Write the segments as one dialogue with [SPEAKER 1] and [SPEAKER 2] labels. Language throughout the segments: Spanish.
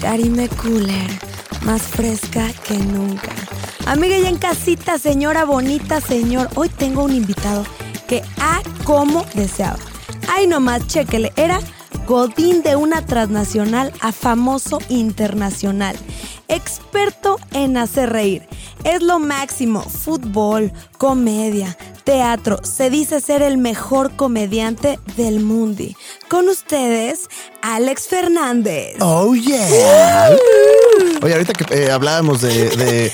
[SPEAKER 1] Karime Cooler, más fresca que nunca. Amiga ya en casita, señora bonita, señor, hoy tengo un invitado que a como deseaba. Ay nomás, chequele, era Godín de una transnacional a famoso internacional. Experto en hacer reír. Es lo máximo, fútbol, comedia, teatro. Se dice ser el mejor comediante del mundo. Con ustedes, Alex Fernández.
[SPEAKER 2] Oh, yeah. Oye, ahorita que eh, hablábamos de, de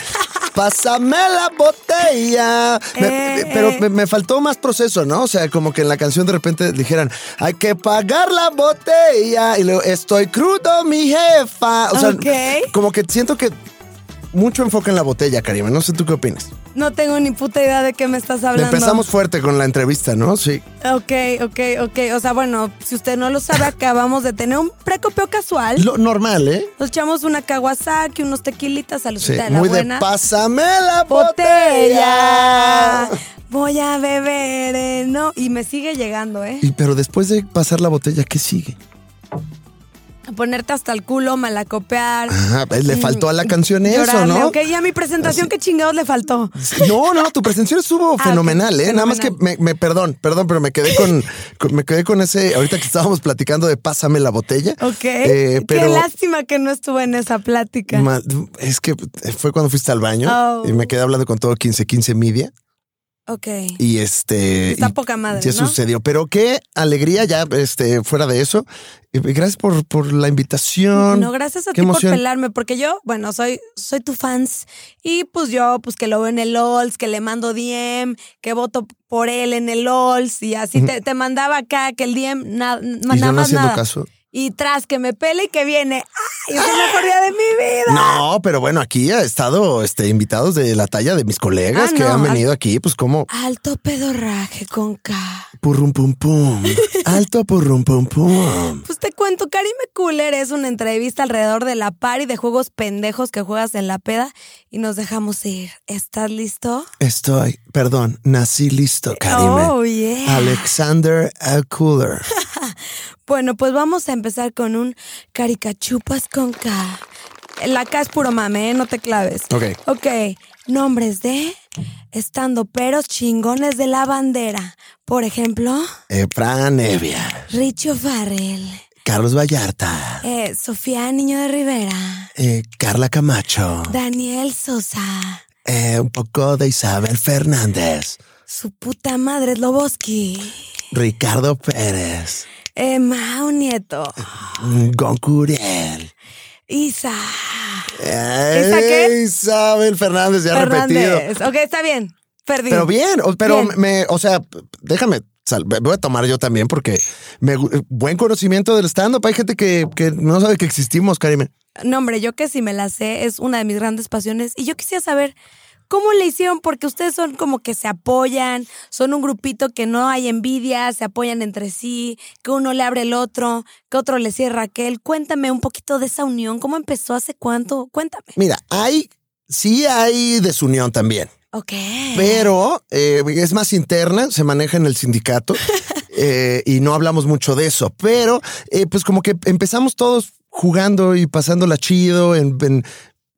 [SPEAKER 2] Pásame la botella. Me-
[SPEAKER 1] Eh,
[SPEAKER 2] me- pero
[SPEAKER 1] eh.
[SPEAKER 2] me, me faltó más proceso, ¿no? O sea, como que en la canción de repente dijeran, hay que pagar la botella. Y luego, estoy crudo, mi jefa. O sea,
[SPEAKER 1] Ok.
[SPEAKER 2] como que siento que mucho enfoque en la botella, Karima. No sé tú qué opinas.
[SPEAKER 1] No tengo ni puta idea de qué me estás hablando. ¿Eh?
[SPEAKER 2] Empezamos fuerte con la entrevista, ¿no? Sí.
[SPEAKER 1] Ok, ok, ok. O sea, bueno, si usted no lo sabe, acabamos de tener un precopeo casual.
[SPEAKER 2] Lo normal, ¿eh?
[SPEAKER 1] Nos echamos una Kawasaki, unos tequilitas,
[SPEAKER 2] Sí,
[SPEAKER 1] saludita de la
[SPEAKER 2] muy
[SPEAKER 1] buena.
[SPEAKER 2] de pásame la botella.
[SPEAKER 1] botella. Voy a beber, eh, no. Y me sigue llegando, ¿eh?
[SPEAKER 2] Y pero después de pasar la botella, ¿qué sigue?
[SPEAKER 1] A Ponerte hasta el culo, malacopear.
[SPEAKER 2] Ajá, pues, le faltó a la canción eso,
[SPEAKER 1] llorarle.
[SPEAKER 2] ¿no?
[SPEAKER 1] Mm, Ok, y a mi presentación, ¿qué chingados le faltó?
[SPEAKER 2] No, no, no, tu presentación estuvo
[SPEAKER 1] Ah, ok,
[SPEAKER 2] fenomenal, ¿eh? Nada más que me,
[SPEAKER 1] fenomenal.
[SPEAKER 2] me- perdón, perdón, pero me quedé con, con- me quedé con ese, ahorita que estábamos platicando de pásame la botella.
[SPEAKER 1] Ok.
[SPEAKER 2] Eh, pero
[SPEAKER 1] Qué lástima que no estuve en esa plática.
[SPEAKER 2] ma- es que fue cuando fuiste al baño
[SPEAKER 1] Oh.
[SPEAKER 2] y me quedé hablando con todo 1515 media
[SPEAKER 1] ok.
[SPEAKER 2] y este
[SPEAKER 1] Está
[SPEAKER 2] y
[SPEAKER 1] poca madre,
[SPEAKER 2] ya
[SPEAKER 1] ¿no?
[SPEAKER 2] sucedió, pero qué alegría ya este fuera de eso. Y Gracias por, por la invitación.
[SPEAKER 1] No, gracias a ti
[SPEAKER 2] Qué emoción.
[SPEAKER 1] por pelarme, porque yo, bueno, soy, soy tu fans y pues yo, pues que lo veo en el OLS, que le mando DM, que voto por él en el OLS y así te, te mandaba acá que el DM na- na-
[SPEAKER 2] Y yo
[SPEAKER 1] nada
[SPEAKER 2] no
[SPEAKER 1] más
[SPEAKER 2] haciendo
[SPEAKER 1] nada.
[SPEAKER 2] caso.
[SPEAKER 1] Y tras que me pele y que viene, ¡ay! Es el mejor día de mi vida.
[SPEAKER 2] No, pero bueno, aquí ha estado este, invitados de la talla de mis colegas
[SPEAKER 1] Ah,
[SPEAKER 2] que
[SPEAKER 1] no,
[SPEAKER 2] han
[SPEAKER 1] al-
[SPEAKER 2] venido aquí, pues como
[SPEAKER 1] Alto pedorraje con K.
[SPEAKER 2] purrum pum pum, alto purrum pum pum.
[SPEAKER 1] Pues te cuento, Karime Cooler es una entrevista alrededor de la party de juegos pendejos que juegas en la peda y nos dejamos ir. ¿Estás listo?
[SPEAKER 2] Estoy, perdón, nací listo, Karime.
[SPEAKER 1] Oh, yeah.
[SPEAKER 2] Alexander A. Cooler.
[SPEAKER 1] Bueno, pues vamos a empezar con un caricachupas con K. La K es puro mame, ¿eh? no te claves.
[SPEAKER 2] Ok.
[SPEAKER 1] Ok, nombres de estando peros chingones de la bandera. Por ejemplo,
[SPEAKER 2] Eh, Fran Nevia,
[SPEAKER 1] Richo Farrell,
[SPEAKER 2] Carlos Vallarta,
[SPEAKER 1] eh, Sofía Niño de Rivera,
[SPEAKER 2] eh, Carla Camacho,
[SPEAKER 1] Daniel Sosa,
[SPEAKER 2] eh, un poco de Isabel Fernández,
[SPEAKER 1] su puta madre Sloboski,
[SPEAKER 2] Ricardo Pérez,
[SPEAKER 1] eh, Mao Nieto,
[SPEAKER 2] mm, Goncuriel.
[SPEAKER 1] Isa.
[SPEAKER 2] ¿Esa
[SPEAKER 1] qué?
[SPEAKER 2] Isabel Fernández, ya repetido.
[SPEAKER 1] Fernández. Ok, está bien. Perdí.
[SPEAKER 2] Pero bien, o- pero
[SPEAKER 1] Bien.
[SPEAKER 2] me, o sea, déjame, sal- me voy a tomar yo también porque me, gu- eh, buen conocimiento del stand-up. Hay gente que, que no sabe que existimos, Karime.
[SPEAKER 1] No, hombre, yo que si me la sé es una de mis grandes pasiones y yo quisiera saber cómo le hicieron porque ustedes son como que se apoyan, son un grupito que no hay envidia, se apoyan entre sí, que uno le abre el otro, que otro le cierra a aquel. Cuéntame un poquito de esa unión, cómo empezó, hace cuánto, cuéntame.
[SPEAKER 2] Mira, hay, sí hay desunión también,
[SPEAKER 1] Ok.
[SPEAKER 2] pero eh, es más interna, se maneja en el sindicato eh, y no hablamos mucho de eso, pero eh, pues como que empezamos todos jugando y pasándola chido en... en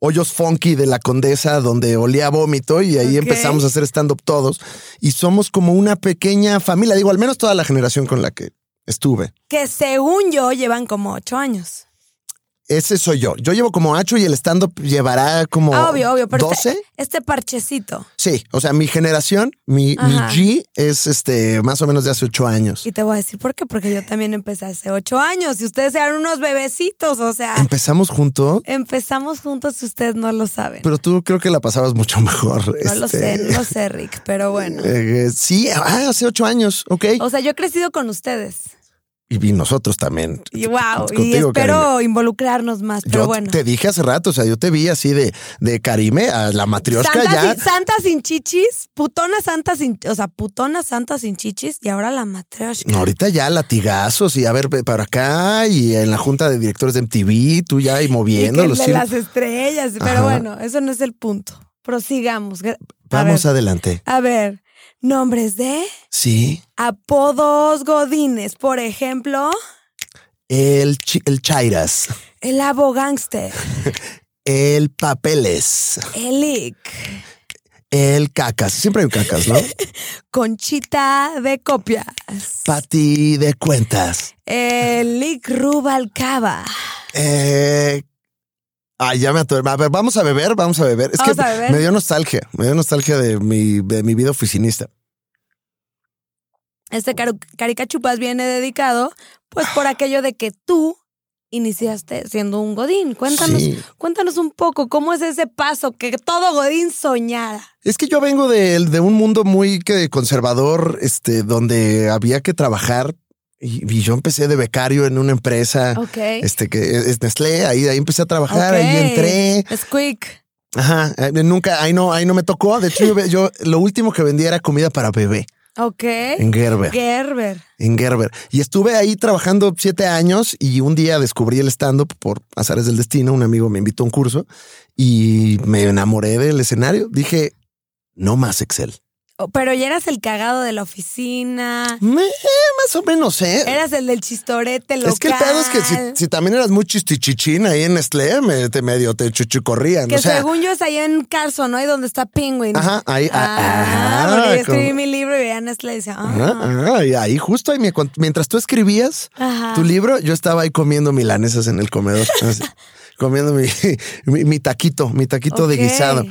[SPEAKER 2] Hoyos funky de la condesa donde olía a vómito y ahí
[SPEAKER 1] Ok.
[SPEAKER 2] empezamos a hacer stand-up todos y somos como una pequeña familia, digo, al menos toda la generación con la que estuve.
[SPEAKER 1] Que según yo llevan como ocho años.
[SPEAKER 2] Ese soy yo. Yo llevo como hacho y el stand-up llevará como
[SPEAKER 1] Ah, obvio, obvio, pero
[SPEAKER 2] 12.
[SPEAKER 1] este, este parchecito.
[SPEAKER 2] Sí, o sea, mi generación, mi, mi
[SPEAKER 1] Ajá.
[SPEAKER 2] G es este más o menos de hace ocho años.
[SPEAKER 1] Y te voy a decir por qué, porque yo también empecé hace ocho años y ustedes eran unos bebecitos, o sea,
[SPEAKER 2] Empezamos juntos,
[SPEAKER 1] empezamos juntos si ustedes no lo saben.
[SPEAKER 2] pero tú creo que la pasabas mucho mejor.
[SPEAKER 1] No lo sé,
[SPEAKER 2] este,
[SPEAKER 1] no lo sé, Rick, pero bueno.
[SPEAKER 2] eh, sí, ah, hace ocho años, ok.
[SPEAKER 1] O sea, yo he crecido con ustedes.
[SPEAKER 2] Y, y nosotros también.
[SPEAKER 1] Y wow, y
[SPEAKER 2] Contigo,
[SPEAKER 1] espero
[SPEAKER 2] Karime.
[SPEAKER 1] involucrarnos más, pero
[SPEAKER 2] Yo
[SPEAKER 1] bueno.
[SPEAKER 2] te dije hace rato, o sea, yo te vi así de, de Karime a la matrioshka
[SPEAKER 1] Santa,
[SPEAKER 2] ya.
[SPEAKER 1] sin, santa sin chichis, putona santa sin, o sea, putona santa sin chichis y ahora la matrioshka.
[SPEAKER 2] Ahorita ya latigazos y a ver ve para acá y en la junta de directores de MTV, tú ya y
[SPEAKER 1] Y que
[SPEAKER 2] moviendo
[SPEAKER 1] el
[SPEAKER 2] los
[SPEAKER 1] de
[SPEAKER 2] hilos.
[SPEAKER 1] las estrellas, pero
[SPEAKER 2] Ajá.
[SPEAKER 1] bueno, eso no es el punto. Prosigamos. gra- A
[SPEAKER 2] Vamos
[SPEAKER 1] ver,
[SPEAKER 2] adelante.
[SPEAKER 1] a ver, nombres de
[SPEAKER 2] Sí.
[SPEAKER 1] apodos godines, por ejemplo,
[SPEAKER 2] El, chi- el Chairas.
[SPEAKER 1] El abo gangster.
[SPEAKER 2] El papeles.
[SPEAKER 1] Elic.
[SPEAKER 2] El cacas. Siempre hay un cacas, ¿no?
[SPEAKER 1] Conchita de copias.
[SPEAKER 2] Pati de cuentas.
[SPEAKER 1] Elic Rubalcaba.
[SPEAKER 2] Eh, ay, ya me atoré. A ver, vamos a beber, vamos a beber. Es
[SPEAKER 1] Vamos
[SPEAKER 2] que
[SPEAKER 1] a beber.
[SPEAKER 2] me dio nostalgia. Me dio nostalgia de mi, de mi vida oficinista.
[SPEAKER 1] Este caro- caricachupas viene dedicado, pues por aquello de que tú iniciaste siendo un godín. Cuéntanos,
[SPEAKER 2] Sí.
[SPEAKER 1] cuéntanos un poco cómo es ese paso que todo godín soñara.
[SPEAKER 2] Es que yo vengo de, de un mundo muy que conservador, este, donde había que trabajar. Y, y yo empecé de becario en una empresa,
[SPEAKER 1] Ok.
[SPEAKER 2] este, que es Nestlé. Ahí, ahí empecé a trabajar, ahí
[SPEAKER 1] Ok.
[SPEAKER 2] entré.
[SPEAKER 1] Squeak.
[SPEAKER 2] Ajá, eh, nunca, ahí no, ahí no me tocó. De hecho, yo, ve- yo lo último que vendía era comida para bebé
[SPEAKER 1] Ok.
[SPEAKER 2] en Gerber.
[SPEAKER 1] Gerber.
[SPEAKER 2] en Gerber. Y estuve ahí trabajando siete años y un día descubrí el stand-up por azares del destino. Un amigo me invitó a un curso y me enamoré del escenario. Dije, no más Excel.
[SPEAKER 1] Oh, Pero ya eras el cagado de la oficina.
[SPEAKER 2] Me- más o menos, ¿eh?
[SPEAKER 1] Eras el del chistorete local.
[SPEAKER 2] es que el pedo es que si, si también eras muy chistichichín ahí en Nestlé, me- te medio te chuchicorrían.
[SPEAKER 1] Que
[SPEAKER 2] o sea,
[SPEAKER 1] según yo es allá en Carson, ¿no? Ahí donde está Penguin.
[SPEAKER 2] Ajá, ahí- ah,
[SPEAKER 1] Ah,
[SPEAKER 2] ah,
[SPEAKER 1] porque yo
[SPEAKER 2] como-
[SPEAKER 1] escribí mi libro y veía Nestlé y decía, ah,
[SPEAKER 2] ah, ah, y ahí justo ahí, mi- cuan- mientras tú escribías
[SPEAKER 1] Ajá.
[SPEAKER 2] tu libro, yo estaba ahí comiendo milanesas en el comedor, así, comiendo mi, mi, mi taquito, mi taquito
[SPEAKER 1] Ok.
[SPEAKER 2] de guisado.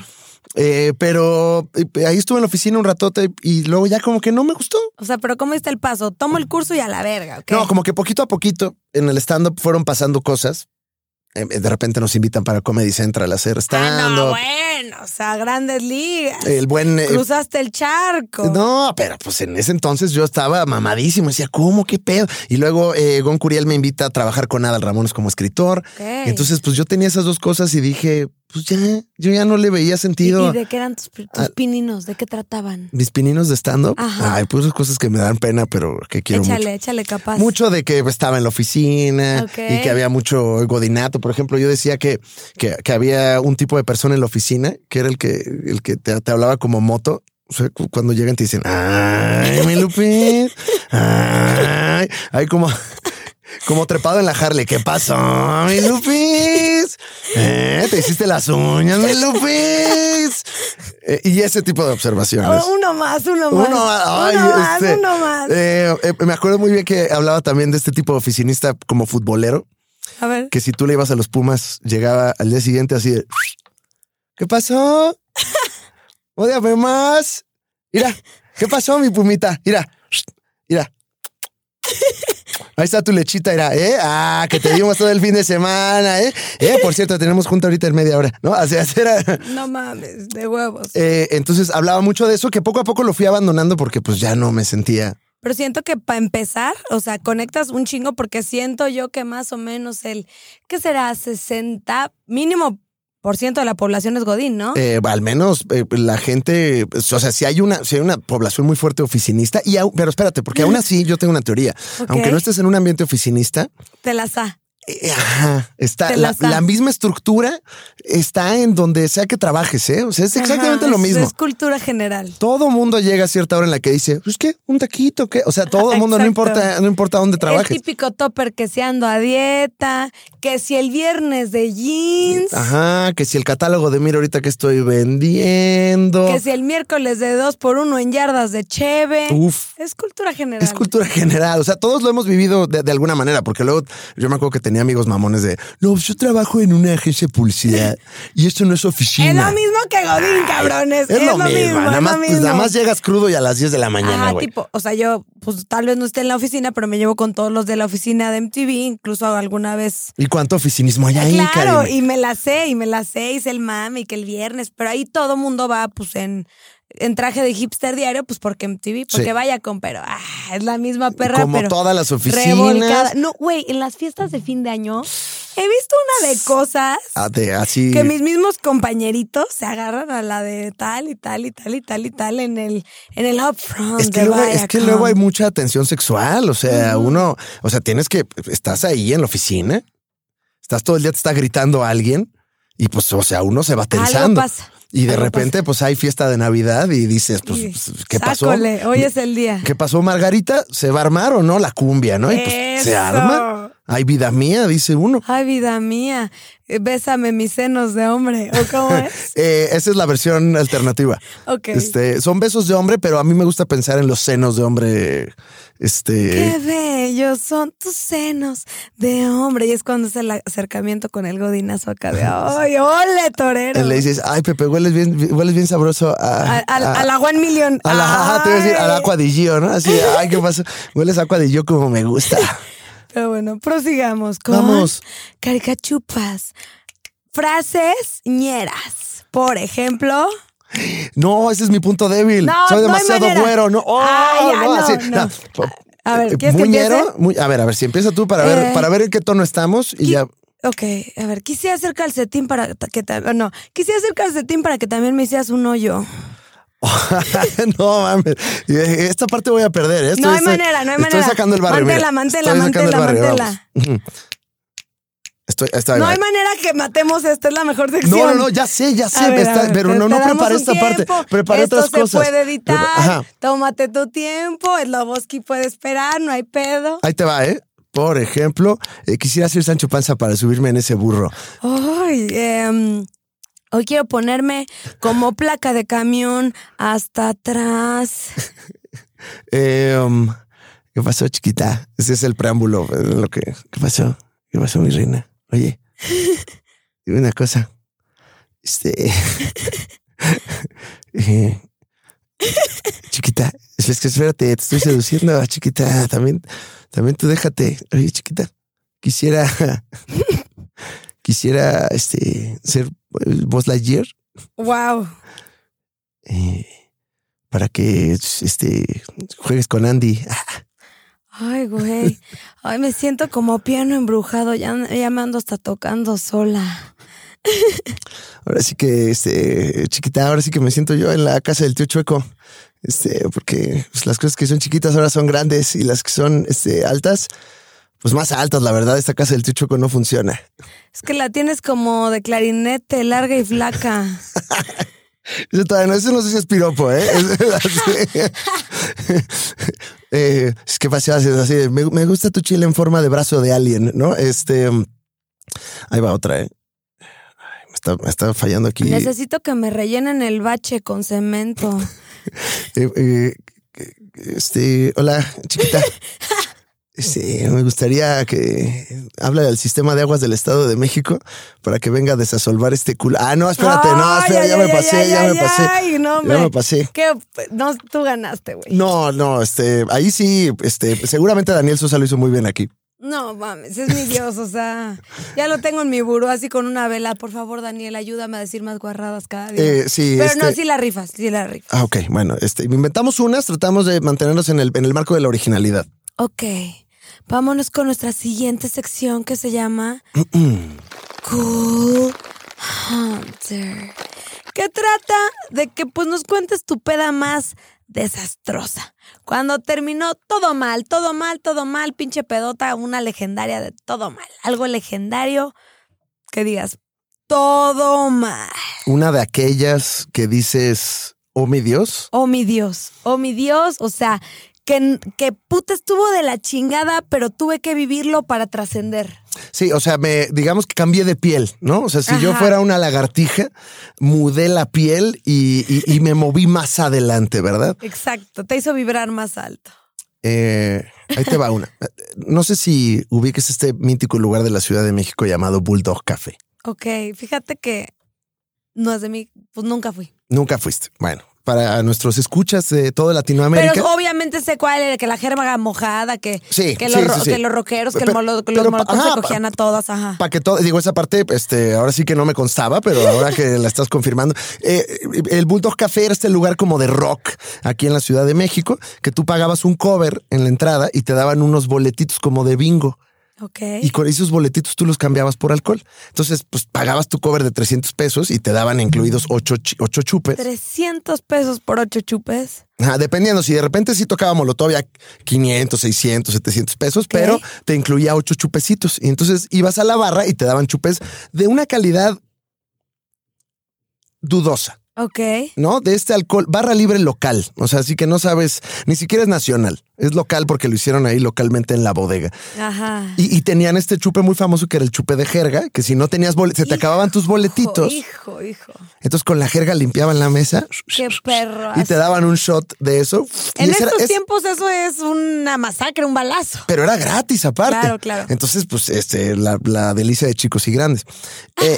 [SPEAKER 2] Eh, pero eh, ahí estuve en la oficina un ratote y luego ya como que no me gustó.
[SPEAKER 1] O sea, pero ¿cómo está el paso? Tomo el curso y a la verga, ¿ok?
[SPEAKER 2] No, como que poquito a poquito en el stand-up fueron pasando cosas. Eh, De repente nos invitan para Comedy Central a hacer
[SPEAKER 1] ah,
[SPEAKER 2] stand-up.
[SPEAKER 1] no, bueno, o sea, grandes ligas.
[SPEAKER 2] el buen... eh,
[SPEAKER 1] Cruzaste el charco.
[SPEAKER 2] No, pero pues en ese entonces yo estaba mamadísimo. Decía, ¿cómo? ¿Qué pedo? Y luego eh, Gon Curiel me invita a trabajar con Adal Ramones como escritor.
[SPEAKER 1] Ok.
[SPEAKER 2] Entonces, pues yo tenía esas dos cosas y dije, pues ya, yo ya no le veía
[SPEAKER 1] ¿Y,
[SPEAKER 2] sentido.
[SPEAKER 1] y de qué eran tus, tus
[SPEAKER 2] Ah.
[SPEAKER 1] pininos? ¿De qué trataban?
[SPEAKER 2] Mis pininos de stand-up.
[SPEAKER 1] Ajá.
[SPEAKER 2] Ay, pues cosas que me dan pena, pero que quiero
[SPEAKER 1] échale,
[SPEAKER 2] mucho.
[SPEAKER 1] échale capaz.
[SPEAKER 2] Mucho de que estaba en la oficina
[SPEAKER 1] Ok.
[SPEAKER 2] y que había mucho godinato. Por ejemplo, yo decía que, que, que había un tipo de persona en la oficina que era el que, el que te, te hablaba como moto. O sea, cu- cuando llegan te dicen, ay, mi Lupín, ay, ay, como, como trepado en la Harley. ¿Qué pasó, mi Lupis? ¿Eh? ¿Te hiciste las uñas, mi Lupis? Eh, y ese tipo de observaciones.
[SPEAKER 1] Oh, uno más, uno más.
[SPEAKER 2] Uno más, ay,
[SPEAKER 1] uno más,
[SPEAKER 2] este,
[SPEAKER 1] uno más.
[SPEAKER 2] eh, eh, me acuerdo muy bien que hablaba también de este tipo de oficinista como futbolero,
[SPEAKER 1] a ver.
[SPEAKER 2] que si tú le ibas a los Pumas, llegaba al día siguiente así de, ¿qué pasó? Ódiame más. Mira, ¿qué pasó, mi pumita? Mira, mira. Ahí está tu lechita, mira, ¿eh? Ah, que te dimos todo el fin de semana, ¿eh? Eh, por cierto, tenemos junta ahorita en media hora, ¿no? Así, así era.
[SPEAKER 1] No mames, de huevos.
[SPEAKER 2] Eh, entonces hablaba mucho de eso, que poco a poco lo fui abandonando porque pues ya no me sentía
[SPEAKER 1] Pero siento que para empezar, o sea, conectas un chingo porque siento yo que más o menos el, ¿qué será? 60 mínimo por ciento de la población es Godín, ¿no?
[SPEAKER 2] Eh, al menos eh, la gente, o sea, si hay una, si hay una población muy fuerte oficinista, y au- pero espérate, porque aún así yo tengo una teoría.
[SPEAKER 1] Ok.
[SPEAKER 2] Aunque no estés en un ambiente oficinista,
[SPEAKER 1] Te las da.
[SPEAKER 2] eh, ajá, está
[SPEAKER 1] Te
[SPEAKER 2] la,
[SPEAKER 1] las da.
[SPEAKER 2] la misma estructura está en donde sea que trabajes, ¿eh? O sea, es exactamente
[SPEAKER 1] Ajá,
[SPEAKER 2] lo
[SPEAKER 1] es-
[SPEAKER 2] mismo.
[SPEAKER 1] Es cultura general.
[SPEAKER 2] Todo mundo llega a cierta hora en la que dice, pues qué, un taquito, qué. O sea, todo el mundo, no
[SPEAKER 1] Exacto.
[SPEAKER 2] importa, no importa dónde trabajes.
[SPEAKER 1] El típico topper que si ando a dieta, que si el viernes de jeans,
[SPEAKER 2] Ajá, que si el catálogo de mira ahorita que estoy vendiendo.
[SPEAKER 1] que si el miércoles de dos por uno en yardas de cheve.
[SPEAKER 2] Uf.
[SPEAKER 1] Es cultura general.
[SPEAKER 2] Uh. Es cultura general. O sea, todos lo hemos vivido de, de alguna manera, porque luego yo me acuerdo que tenía amigos mamones de no, pues yo trabajo en una agencia de publicidad y esto no es
[SPEAKER 1] Es
[SPEAKER 2] oficina.
[SPEAKER 1] lo mismo que Godín, cabrones.
[SPEAKER 2] Es lo mismo. Nada
[SPEAKER 1] es
[SPEAKER 2] más,
[SPEAKER 1] lo
[SPEAKER 2] pues,
[SPEAKER 1] mismo.
[SPEAKER 2] nada más llegas crudo y a las 10 de la mañana,
[SPEAKER 1] Ajá,
[SPEAKER 2] güey.
[SPEAKER 1] tipo, o sea, yo pues tal vez no esté en la oficina, pero me llevo con todos los de la oficina de MTV, incluso alguna vez.
[SPEAKER 2] ¿Y cuánto oficinismo hay ahí,
[SPEAKER 1] claro,
[SPEAKER 2] Karime?
[SPEAKER 1] y me la sé, y me la sé, hice el mami, que el viernes, pero ahí todo mundo va pues en, en traje de hipster diario, pues porque MTV, porque
[SPEAKER 2] Sí.
[SPEAKER 1] vaya con, pero ah, es la misma perra,
[SPEAKER 2] Como
[SPEAKER 1] pero
[SPEAKER 2] todas las oficinas.
[SPEAKER 1] revolcada. No, güey, en las fiestas de fin de año he visto una de cosas
[SPEAKER 2] Ah, de- así.
[SPEAKER 1] que mis mismos compañeritos se agarran a la de tal y tal y tal y tal y tal en el en el upfront.
[SPEAKER 2] Es que,
[SPEAKER 1] de
[SPEAKER 2] luego, es que
[SPEAKER 1] Viacom.
[SPEAKER 2] luego hay mucha atención sexual. O sea, uno, o sea, tienes que, estás ahí en la oficina, estás todo el día, te está gritando alguien y pues, o sea, uno se va
[SPEAKER 1] Algo
[SPEAKER 2] tensando.
[SPEAKER 1] pasa.
[SPEAKER 2] Y de
[SPEAKER 1] Algo
[SPEAKER 2] repente, pues hay fiesta de Navidad y dices, pues,
[SPEAKER 1] Y-
[SPEAKER 2] pues, ¿qué pasó?
[SPEAKER 1] Sácole, hoy es el día.
[SPEAKER 2] ¿Qué pasó, Margarita? ¿Se va a armar o no la cumbia, no? Y pues se
[SPEAKER 1] Eso.
[SPEAKER 2] arma. Ay, vida mía, dice uno.
[SPEAKER 1] Ay, vida mía, Eh, bésame mis senos de hombre. ¿O cómo es?
[SPEAKER 2] Eh, esa es la versión alternativa.
[SPEAKER 1] Ok.
[SPEAKER 2] Este, son besos de hombre, pero a mí me gusta pensar en los senos de hombre. Este.
[SPEAKER 1] Qué bellos son tus senos de hombre. Y es cuando es el acercamiento con el godinazo acá de ¡Ay, ole, torero!
[SPEAKER 2] Eh, Le dices, ay, Pepe, hueles bien, hueles bien sabroso a,
[SPEAKER 1] A, a- a la One Million.
[SPEAKER 2] a la jaja, te iba a decir, al
[SPEAKER 1] Ay.
[SPEAKER 2] agua de Gio, ¿no? Así, ay, ¿qué pasa? Hueles a agua de Gio como me gusta.
[SPEAKER 1] Pero bueno, prosigamos con
[SPEAKER 2] Vamos.
[SPEAKER 1] caricachupas. Frases ñeras. Por ejemplo,
[SPEAKER 2] No, ese es mi punto débil.
[SPEAKER 1] No, no
[SPEAKER 2] Soy
[SPEAKER 1] hay
[SPEAKER 2] demasiado
[SPEAKER 1] manera.
[SPEAKER 2] güero, ¿no? Oh,
[SPEAKER 1] Ay, ya,
[SPEAKER 2] no,
[SPEAKER 1] no,
[SPEAKER 2] así,
[SPEAKER 1] no.
[SPEAKER 2] no.
[SPEAKER 1] A- a ver,
[SPEAKER 2] Eh,
[SPEAKER 1] ¿quieres que
[SPEAKER 2] muy ñero,
[SPEAKER 1] empiece?
[SPEAKER 2] muy- a ver, a ver, si empieza tú para
[SPEAKER 1] Eh,
[SPEAKER 2] ver, para ver en qué tono estamos y
[SPEAKER 1] qui-
[SPEAKER 2] ya.
[SPEAKER 1] ok, a ver, quisiera hacer calcetín para ta- que ta- oh, no, quisiera hacer calcetín para que también me hicieras un hoyo.
[SPEAKER 2] no mames. Eh, Esta parte voy a perder. ¿eh? Estoy-
[SPEAKER 1] no hay
[SPEAKER 2] estoy-
[SPEAKER 1] manera, no hay
[SPEAKER 2] estoy
[SPEAKER 1] manera.
[SPEAKER 2] Sacando el barrio,
[SPEAKER 1] Mantela,
[SPEAKER 2] mira.
[SPEAKER 1] mantela,
[SPEAKER 2] Estoy sacando
[SPEAKER 1] mantela,
[SPEAKER 2] el barrio,
[SPEAKER 1] mantela.
[SPEAKER 2] vamos. Estoy, está
[SPEAKER 1] No
[SPEAKER 2] bien.
[SPEAKER 1] hay manera que matemos esto, es la mejor sección.
[SPEAKER 2] No, no, no, ya sé, ya sé,
[SPEAKER 1] A ver,
[SPEAKER 2] está-
[SPEAKER 1] a ver,
[SPEAKER 2] pero
[SPEAKER 1] te-
[SPEAKER 2] no,
[SPEAKER 1] te
[SPEAKER 2] no
[SPEAKER 1] damos
[SPEAKER 2] preparé
[SPEAKER 1] un
[SPEAKER 2] esta
[SPEAKER 1] tiempo.
[SPEAKER 2] parte, preparé
[SPEAKER 1] Esto
[SPEAKER 2] otras cosas.
[SPEAKER 1] se puede editar,
[SPEAKER 2] Ajá,
[SPEAKER 1] tómate tu tiempo, el Loboski puede esperar, no hay pedo.
[SPEAKER 2] ahí te va, ¿eh? Por ejemplo, eh, quisiera ser Sancho Panza para subirme en ese burro.
[SPEAKER 1] Ay, em, hoy quiero ponerme como placa de camión hasta atrás.
[SPEAKER 2] Eh, um, ¿Qué pasó, chiquita? Ese es el preámbulo. eh, Lo que, ¿Qué pasó? ¿Qué pasó, mi reina? Oye, dime una cosa. Este. eh, chiquita, es que espérate, te estoy seduciendo, chiquita. También, también tú déjate. Oye, chiquita, quisiera. quisiera este, ser eh, Buzz Lightyear
[SPEAKER 1] Wow.
[SPEAKER 2] eh, para que este, juegues con Andy.
[SPEAKER 1] Ay, güey. Ay, me siento como piano embrujado, ya, ya me ando hasta tocando sola.
[SPEAKER 2] Ahora sí que, este, chiquita, ahora sí que me siento yo en la casa del tío Chueco. Este, porque pues, las cosas que son chiquitas ahora son grandes y las que son este, altas, pues más altas, la verdad, esta casa del tío Chueco no funciona.
[SPEAKER 1] Es que la tienes como de clarinete, larga y flaca.
[SPEAKER 2] Eso todavía no, eso no sé si es piropo, ¿eh? Es, así. Eh, es que paseo así, así de, me, me gusta tu chile en forma de brazo de alien, ¿no? Este, ahí va otra, ¿eh? Ay, me, está, me está fallando aquí.
[SPEAKER 1] Necesito que me rellenen el bache con cemento.
[SPEAKER 2] Eh, eh, eh, este, hola, chiquita. Este, me gustaría que hable al sistema de aguas del Estado de México para que venga a desasolvar este culo. Ah, no, espérate, no,
[SPEAKER 1] Ay,
[SPEAKER 2] espera,
[SPEAKER 1] ay,
[SPEAKER 2] ya
[SPEAKER 1] ay,
[SPEAKER 2] me
[SPEAKER 1] ay,
[SPEAKER 2] pasé,
[SPEAKER 1] ay,
[SPEAKER 2] ya
[SPEAKER 1] ay,
[SPEAKER 2] me pasé.
[SPEAKER 1] ay, no,
[SPEAKER 2] ya
[SPEAKER 1] hombre.
[SPEAKER 2] me pasé.
[SPEAKER 1] ¿Qué? No, tú ganaste, güey.
[SPEAKER 2] No, no, este, ahí sí, este, seguramente Daniel Sosa lo hizo muy bien aquí.
[SPEAKER 1] No mames, es mi Dios, o sea, ya lo tengo en mi buró así con una vela. Por favor, Daniel, ayúdame a decir más guarradas cada día.
[SPEAKER 2] Eh, sí,
[SPEAKER 1] Pero no, sí
[SPEAKER 2] este-
[SPEAKER 1] la rifas, sí la rifas.
[SPEAKER 2] Ah, ok, bueno, este, inventamos unas, tratamos de mantenernos en el, en el marco de la originalidad.
[SPEAKER 1] Ok, vámonos con nuestra siguiente sección que se llama Cool Hunter, que trata de que pues nos cuentes tu peda más desastrosa. Cuando terminó todo mal, todo mal, todo mal, pinche pedota, una legendaria de todo mal, algo legendario que digas todo mal.
[SPEAKER 2] Una de aquellas que dices, oh mi Dios,
[SPEAKER 1] Oh mi Dios, oh mi Dios, o sea, que, que puta estuvo de la chingada, pero tuve que vivirlo para trascender.
[SPEAKER 2] Sí, o sea, me digamos que cambié de piel, ¿no? O sea, si yo
[SPEAKER 1] Ajá.
[SPEAKER 2] fuera una lagartija, mudé la piel y, y- y me moví más adelante, ¿verdad?
[SPEAKER 1] Exacto, te hizo vibrar más alto.
[SPEAKER 2] Eh, ahí te va una. No sé si ubiques este mítico lugar de la Ciudad de México llamado Bulldog Café.
[SPEAKER 1] Ok, fíjate que no es de mí, pues nunca fui.
[SPEAKER 2] Nunca fuiste. Bueno, para nuestros escuchas de toda Latinoamérica.
[SPEAKER 1] Pero obviamente sé cuál era, que la jerga mojada, que,
[SPEAKER 2] Sí,
[SPEAKER 1] que,
[SPEAKER 2] sí,
[SPEAKER 1] los,
[SPEAKER 2] sí,
[SPEAKER 1] ro-
[SPEAKER 2] sí.
[SPEAKER 1] que los rockeros, que, el
[SPEAKER 2] Pero-
[SPEAKER 1] molo- que los
[SPEAKER 2] pero pa-
[SPEAKER 1] molotovs se
[SPEAKER 2] ajá, pa-
[SPEAKER 1] cogían a todas, ajá.
[SPEAKER 2] Para que todo, digo, esa parte, este, ahora sí que no me constaba, pero ahora que la estás confirmando. Eh, el Bulldog Café era este lugar como de rock aquí en la Ciudad de México, que tú pagabas un cover en la entrada y te daban unos boletitos como de bingo.
[SPEAKER 1] ok.
[SPEAKER 2] Y con esos boletitos tú los cambiabas por alcohol. Entonces, pues pagabas tu cover de 300 pesos y te daban incluidos ocho, chi- ocho chupes.
[SPEAKER 1] 300 pesos por ocho chupes.
[SPEAKER 2] Ajá, dependiendo, si de repente sí tocaba Molotov ya 500, 600, 700 pesos, pero te incluía ocho chupecitos. Y entonces ibas a la barra y te daban chupes de una calidad dudosa.
[SPEAKER 1] Ok.
[SPEAKER 2] ¿no? De este alcohol, barra libre local. O sea, así que no sabes, ni siquiera es nacional. Es local porque lo hicieron ahí localmente en la bodega.
[SPEAKER 1] Ajá.
[SPEAKER 2] Y, y tenían este chupe muy famoso que era el chupe de jerga, que si no tenías boletos, se te acababan tus boletitos.
[SPEAKER 1] Hijo, hijo.
[SPEAKER 2] Entonces con la jerga limpiaban la mesa
[SPEAKER 1] Qué perro.
[SPEAKER 2] y te daban un shot de eso. Y
[SPEAKER 1] En
[SPEAKER 2] ese era-
[SPEAKER 1] estos
[SPEAKER 2] es-
[SPEAKER 1] tiempos eso es una masacre, un balazo.
[SPEAKER 2] pero era gratis aparte.
[SPEAKER 1] Claro, claro.
[SPEAKER 2] Entonces, pues, este, la, la delicia de chicos y grandes. Eh,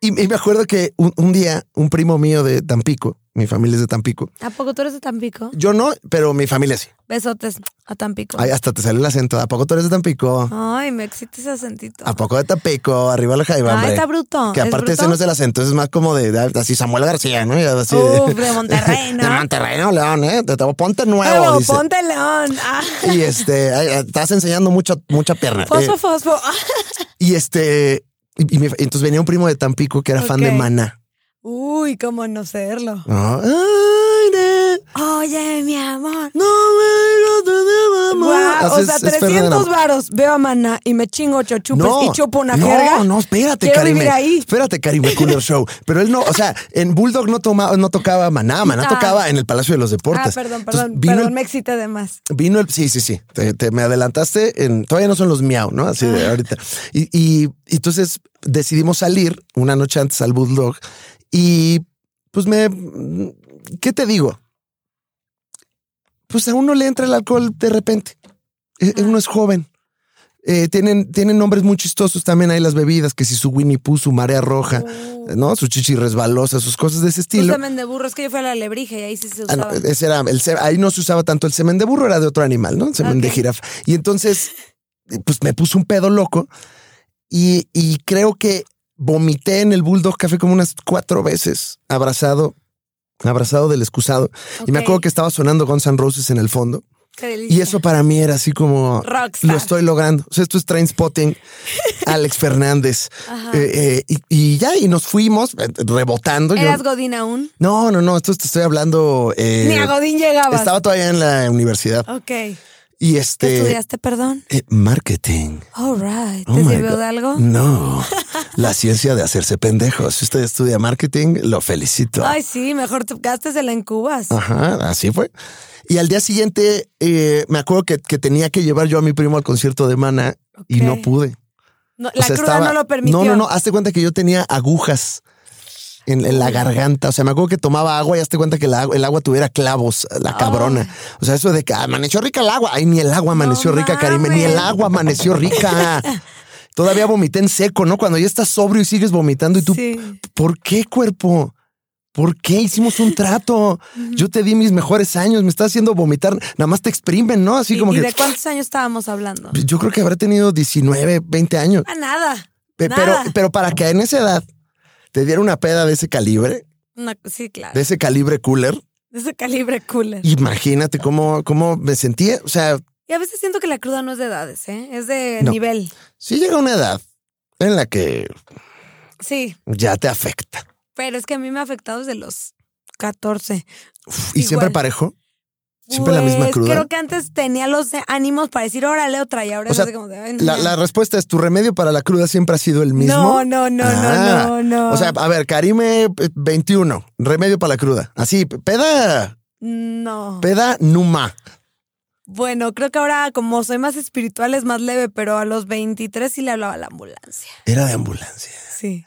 [SPEAKER 2] y, y me acuerdo que un, un día, un primo mío de Tampico, mi familia es de Tampico,
[SPEAKER 1] ¿A poco tú eres de Tampico?
[SPEAKER 2] yo no, pero mi familia sí.
[SPEAKER 1] Besotes a Tampico.
[SPEAKER 2] Ay, hasta te sale el acento. ¿A poco tú eres de Tampico?
[SPEAKER 1] Ay, me excita ese acentito.
[SPEAKER 2] ¿A poco de Tampico? Arriba la jaiba,
[SPEAKER 1] Ay,
[SPEAKER 2] hombre.
[SPEAKER 1] está bruto.
[SPEAKER 2] Que
[SPEAKER 1] ¿Es
[SPEAKER 2] aparte ese
[SPEAKER 1] bruto?
[SPEAKER 2] no es el acento, es más como de, de- así Samuel García, ¿no? Y Así
[SPEAKER 1] Uf, de Monterrey, ¿no?
[SPEAKER 2] De Monterrey, no, León, ¿eh? Te, te- ponte nuevo,
[SPEAKER 1] Pero
[SPEAKER 2] dice.
[SPEAKER 1] ponte león. Ah.
[SPEAKER 2] Y este, ay, ay, estás enseñando mucha, mucha pierna.
[SPEAKER 1] Fosfo,
[SPEAKER 2] Eh,
[SPEAKER 1] fosfo. Ah.
[SPEAKER 2] y este, y, y mi- entonces venía un primo de Tampico que era fan de
[SPEAKER 1] Ok.
[SPEAKER 2] Maná.
[SPEAKER 1] Uy, cómo no serlo.
[SPEAKER 2] ¿no? Ay, ne-
[SPEAKER 1] Oye, mi amor.
[SPEAKER 2] no me lo tenía, mamá.
[SPEAKER 1] Guau,
[SPEAKER 2] Así
[SPEAKER 1] o sea,
[SPEAKER 2] Ah, es- es Fernanda.
[SPEAKER 1] 300 varos. Veo a Maná y me chingo ocho chupes y chupo una
[SPEAKER 2] no,
[SPEAKER 1] jerga.
[SPEAKER 2] No, espérate,
[SPEAKER 1] Quiero
[SPEAKER 2] Karime.
[SPEAKER 1] vivir ahí.
[SPEAKER 2] Espérate, Karime Cooler Show. Pero él no, o sea, en Bulldog no, toma, no tocaba Maná, Maná
[SPEAKER 1] Ah.
[SPEAKER 2] tocaba en el Palacio de los Deportes.
[SPEAKER 1] Ah, perdón,
[SPEAKER 2] Entonces,
[SPEAKER 1] perdón,
[SPEAKER 2] vino
[SPEAKER 1] perdón,
[SPEAKER 2] el-
[SPEAKER 1] me excité de más.
[SPEAKER 2] Vino el, sí, sí, sí, te, te me adelantaste en, todavía no son los miau, ¿no? Así de ahorita. Y, y- y entonces decidimos salir una noche antes al Bulldog y pues me, ¿qué te digo? Pues a uno le entra el alcohol de repente. Eh, Uno es joven. Eh, tienen, tienen nombres muy chistosos también ahí las bebidas, que si su Winnie Pooh, su marea roja,
[SPEAKER 1] Uh.
[SPEAKER 2] ¿no? Su chichi resbalosa, sus cosas de ese estilo.
[SPEAKER 1] Justamente de burro, es que yo fui a la lebrija y ahí sí se
[SPEAKER 2] Ah, no,
[SPEAKER 1] usaba.
[SPEAKER 2] ese era el se- ahí no se usaba tanto el semen de burro, era de otro animal, ¿no? Semen de
[SPEAKER 1] Ok.
[SPEAKER 2] jirafa. Y entonces, pues me puso un pedo loco y, y creo que vomité en el Bulldog Café como unas cuatro veces, abrazado, abrazado del excusado. Y me
[SPEAKER 1] Ok.
[SPEAKER 2] acuerdo que estaba sonando Guns N' Roses en el fondo.
[SPEAKER 1] Qué
[SPEAKER 2] Y
[SPEAKER 1] delicia.
[SPEAKER 2] eso para mí era así como
[SPEAKER 1] Rockstar.
[SPEAKER 2] lo estoy logrando. O sea, esto es Train Spotting, Alex Fernández.
[SPEAKER 1] Ajá.
[SPEAKER 2] Eh, eh, y, y ya, y nos fuimos eh, rebotando. Yo-
[SPEAKER 1] ¿Eras Godín aún?
[SPEAKER 2] no, no, no, esto te estoy hablando. eh,
[SPEAKER 1] Ni a Godín llegabas.
[SPEAKER 2] estaba todavía en la universidad
[SPEAKER 1] Ok. ¿Qué
[SPEAKER 2] y este
[SPEAKER 1] estudiaste, perdón?
[SPEAKER 2] eh, marketing.
[SPEAKER 1] All right. ¿Te
[SPEAKER 2] Oh my
[SPEAKER 1] sirvió
[SPEAKER 2] God.
[SPEAKER 1] de algo?
[SPEAKER 2] No, la ciencia de hacerse pendejos. Si usted estudia marketing, lo felicito.
[SPEAKER 1] Ay, sí, mejor te gástesela en cubas.
[SPEAKER 2] Ah, Ajá, así fue. Y al día siguiente eh, me acuerdo que, que tenía que llevar yo a mi primo al concierto de Mana y
[SPEAKER 1] Ok.
[SPEAKER 2] no pude.
[SPEAKER 1] No,
[SPEAKER 2] O
[SPEAKER 1] la
[SPEAKER 2] sea,
[SPEAKER 1] cruda
[SPEAKER 2] estaba-
[SPEAKER 1] no lo permitió.
[SPEAKER 2] No, Ah, no, no. Hazte cuenta que yo tenía agujas en, en la garganta. O sea, me acuerdo que tomaba agua y hazte cuenta que la agu- el agua tuviera clavos, la cabrona. O sea, eso de que "Ah, amaneció rica el agua. Ay, ni el agua amaneció
[SPEAKER 1] No
[SPEAKER 2] rica, Karime. Ni el
[SPEAKER 1] mames.
[SPEAKER 2] agua amaneció rica. Todavía vomité en seco, ¿no? Cuando ya estás sobrio y sigues vomitando y tú,
[SPEAKER 1] Sí.
[SPEAKER 2] ¿por qué cuerpo? ¿Por qué hicimos un trato? Yo te di mis mejores años, me estás haciendo vomitar, nada más te exprimen, ¿no? Así
[SPEAKER 1] ¿Y,
[SPEAKER 2] como
[SPEAKER 1] y
[SPEAKER 2] que
[SPEAKER 1] de cuántos años estábamos hablando?
[SPEAKER 2] yo creo que habrá tenido 19, 20 años.
[SPEAKER 1] Ah, nada.
[SPEAKER 2] Pe- Pero,
[SPEAKER 1] Nada.
[SPEAKER 2] pero para que en esa edad te diera una peda de ese calibre,
[SPEAKER 1] Una- sí, claro.
[SPEAKER 2] de ese calibre cooler,
[SPEAKER 1] De ese calibre cooler.
[SPEAKER 2] imagínate cómo, cómo me sentía. O sea,
[SPEAKER 1] Y a veces siento que la cruda no es de edades, ¿eh? Es de
[SPEAKER 2] No.
[SPEAKER 1] nivel.
[SPEAKER 2] sí llega una edad en la que
[SPEAKER 1] Sí,
[SPEAKER 2] ya te afecta.
[SPEAKER 1] pero es que a mí me ha afectado desde los 14.
[SPEAKER 2] Y
[SPEAKER 1] Igual.
[SPEAKER 2] siempre parejo. Siempre la misma
[SPEAKER 1] Pues,
[SPEAKER 2] cruda.
[SPEAKER 1] Creo que antes tenía los ánimos para decir, órale, otra, y ahora
[SPEAKER 2] O
[SPEAKER 1] es
[SPEAKER 2] sea,
[SPEAKER 1] así como de, ay, no,
[SPEAKER 2] La,
[SPEAKER 1] ya.
[SPEAKER 2] la respuesta es, ¿tu remedio para la cruda siempre ha sido el mismo?
[SPEAKER 1] No, no, no,
[SPEAKER 2] Ah.
[SPEAKER 1] no, no, no.
[SPEAKER 2] O sea, a ver, Karime eh, 21, remedio para la cruda. Así, peda,
[SPEAKER 1] no.
[SPEAKER 2] peda numa.
[SPEAKER 1] Bueno, creo que ahora, como soy más espiritual, es más leve, pero a los 23 sí le hablaba a la ambulancia.
[SPEAKER 2] Era de ambulancia.
[SPEAKER 1] Sí.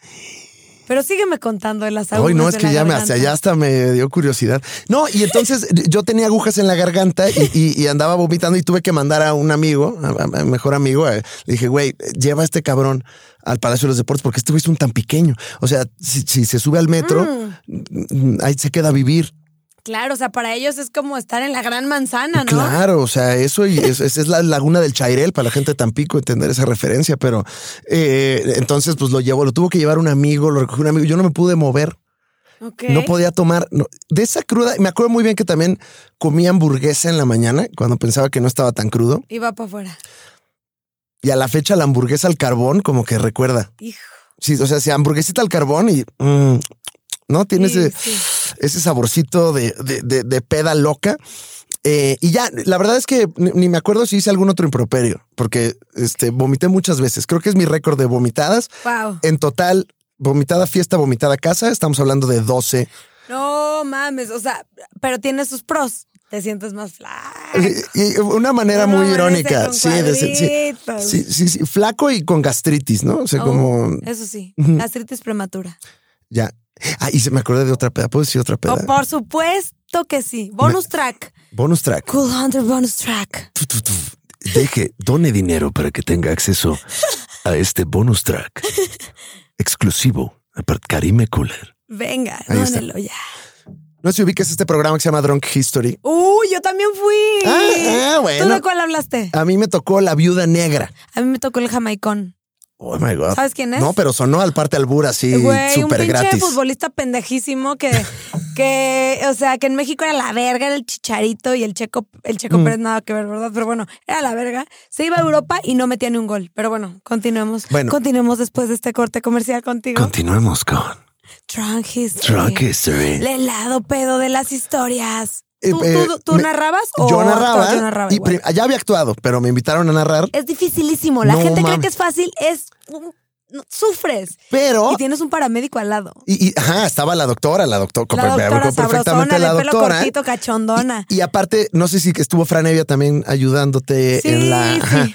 [SPEAKER 1] Pero sígueme contando de las agujas.
[SPEAKER 2] Hoy no, es
[SPEAKER 1] de
[SPEAKER 2] que
[SPEAKER 1] la
[SPEAKER 2] ya me,
[SPEAKER 1] garganta.
[SPEAKER 2] hasta, ya hasta me dio curiosidad. No, y entonces yo tenía agujas en la garganta y, y- y andaba vomitando y tuve que mandar a un amigo, a, a- a mi mejor amigo, eh, le dije, güey, lleva a este cabrón al Palacio de los Deportes porque este güey es un tan pequeño. O sea, si, si se sube al metro, mm, ahí se queda a vivir.
[SPEAKER 1] Claro, o sea, para ellos es como estar en la gran manzana, Ah, ¿no?
[SPEAKER 2] Claro, o sea, eso y es, es- es la laguna del Chairel para la gente de Tampico entender esa referencia, pero eh, entonces pues lo llevó, lo tuvo que llevar un amigo, lo recogió un amigo, yo no me pude mover.
[SPEAKER 1] Ok.
[SPEAKER 2] No podía tomar. no. De esa cruda, me acuerdo muy bien que también comía hamburguesa en la mañana cuando pensaba que no estaba tan crudo.
[SPEAKER 1] Iba para afuera.
[SPEAKER 2] Y a la fecha, la hamburguesa al carbón, como que recuerda.
[SPEAKER 1] Hijo.
[SPEAKER 2] Sí, o sea, si hamburguesita al carbón y mm, no tiene
[SPEAKER 1] Sí,
[SPEAKER 2] ese,
[SPEAKER 1] sí.
[SPEAKER 2] ese saborcito de, de- de- de peda loca. Eh, y ya, la verdad es que ni, ni me acuerdo si hice algún otro improperio, porque este, vomité muchas veces. Creo que es mi récord de vomitadas.
[SPEAKER 1] Wow.
[SPEAKER 2] En total, vomitada fiesta, vomitada casa, estamos hablando de 12
[SPEAKER 1] No mames, o sea, pero tiene sus pros. Te sientes más flaco.
[SPEAKER 2] Y- y una manera
[SPEAKER 1] Uno
[SPEAKER 2] muy
[SPEAKER 1] amanece
[SPEAKER 2] irónica.
[SPEAKER 1] con
[SPEAKER 2] Sí, de ser- sí,
[SPEAKER 1] cuadritos.
[SPEAKER 2] sí, sí, sí, flaco y con gastritis, ¿no? O sea,
[SPEAKER 1] Oh,
[SPEAKER 2] como
[SPEAKER 1] Eso sí,
[SPEAKER 2] Ujú.
[SPEAKER 1] gastritis prematura.
[SPEAKER 2] ya. Ah, y se me acordé de otra peda. ¿Puedo decir otra peda?
[SPEAKER 1] Oh, por supuesto que sí. Bonus track.
[SPEAKER 2] Bonus track.
[SPEAKER 1] Cool Hunter bonus track.
[SPEAKER 2] Tu, tu, tu. Deje, done dinero para que tenga acceso a este bonus track exclusivo para Karime Cooler.
[SPEAKER 1] Venga,
[SPEAKER 2] Ahí está.
[SPEAKER 1] dónelo ya.
[SPEAKER 2] No sé si ubicas este programa que se llama Drunk History.
[SPEAKER 1] Uy, yo también fui.
[SPEAKER 2] Ah, ah,
[SPEAKER 1] ¿Tú
[SPEAKER 2] bueno.
[SPEAKER 1] de cuál hablaste?
[SPEAKER 2] A mí me tocó La Viuda Negra.
[SPEAKER 1] A mí me tocó el jamaicón.
[SPEAKER 2] Oh my God.
[SPEAKER 1] ¿Sabes quién es?
[SPEAKER 2] No, pero sonó al parte albur así
[SPEAKER 1] Güey, un
[SPEAKER 2] súper
[SPEAKER 1] pinche
[SPEAKER 2] gratis.
[SPEAKER 1] futbolista pendejísimo que, que, o sea, que en México era la verga, era el chicharito y el checo, el
[SPEAKER 2] Mm.
[SPEAKER 1] checo Pérez nada que ver, ¿verdad? Pero bueno, era la verga. Se iba a Europa y no metía ni un gol. Pero bueno, continuemos.
[SPEAKER 2] Bueno.
[SPEAKER 1] Continuemos después de este corte comercial contigo.
[SPEAKER 2] Continuemos con
[SPEAKER 1] Drunk History.
[SPEAKER 2] Drunk History.
[SPEAKER 1] El helado pedo de las historias.
[SPEAKER 2] Eh,
[SPEAKER 1] ¿Tú,
[SPEAKER 2] eh,
[SPEAKER 1] tú- tú
[SPEAKER 2] me-
[SPEAKER 1] narrabas o
[SPEAKER 2] yo
[SPEAKER 1] actuabas?
[SPEAKER 2] narraba,
[SPEAKER 1] Oh, Yo narraba
[SPEAKER 2] y
[SPEAKER 1] igual.
[SPEAKER 2] prim- ya había actuado, pero me invitaron a narrar.
[SPEAKER 1] Es dificilísimo. La
[SPEAKER 2] No
[SPEAKER 1] gente cree
[SPEAKER 2] mames.
[SPEAKER 1] que es fácil. Es. un- no, sufres.
[SPEAKER 2] Pero
[SPEAKER 1] Y tienes un paramédico al lado.
[SPEAKER 2] Y, y, ajá, estaba la doctora, la doctora,
[SPEAKER 1] La doctora sabrosona, de pelo
[SPEAKER 2] ¿eh?
[SPEAKER 1] cortito, cachondona.
[SPEAKER 2] Y, y aparte, no sé si que estuvo Fran Evia también ayudándote
[SPEAKER 1] Sí,
[SPEAKER 2] en la.
[SPEAKER 1] sí,
[SPEAKER 2] ajá.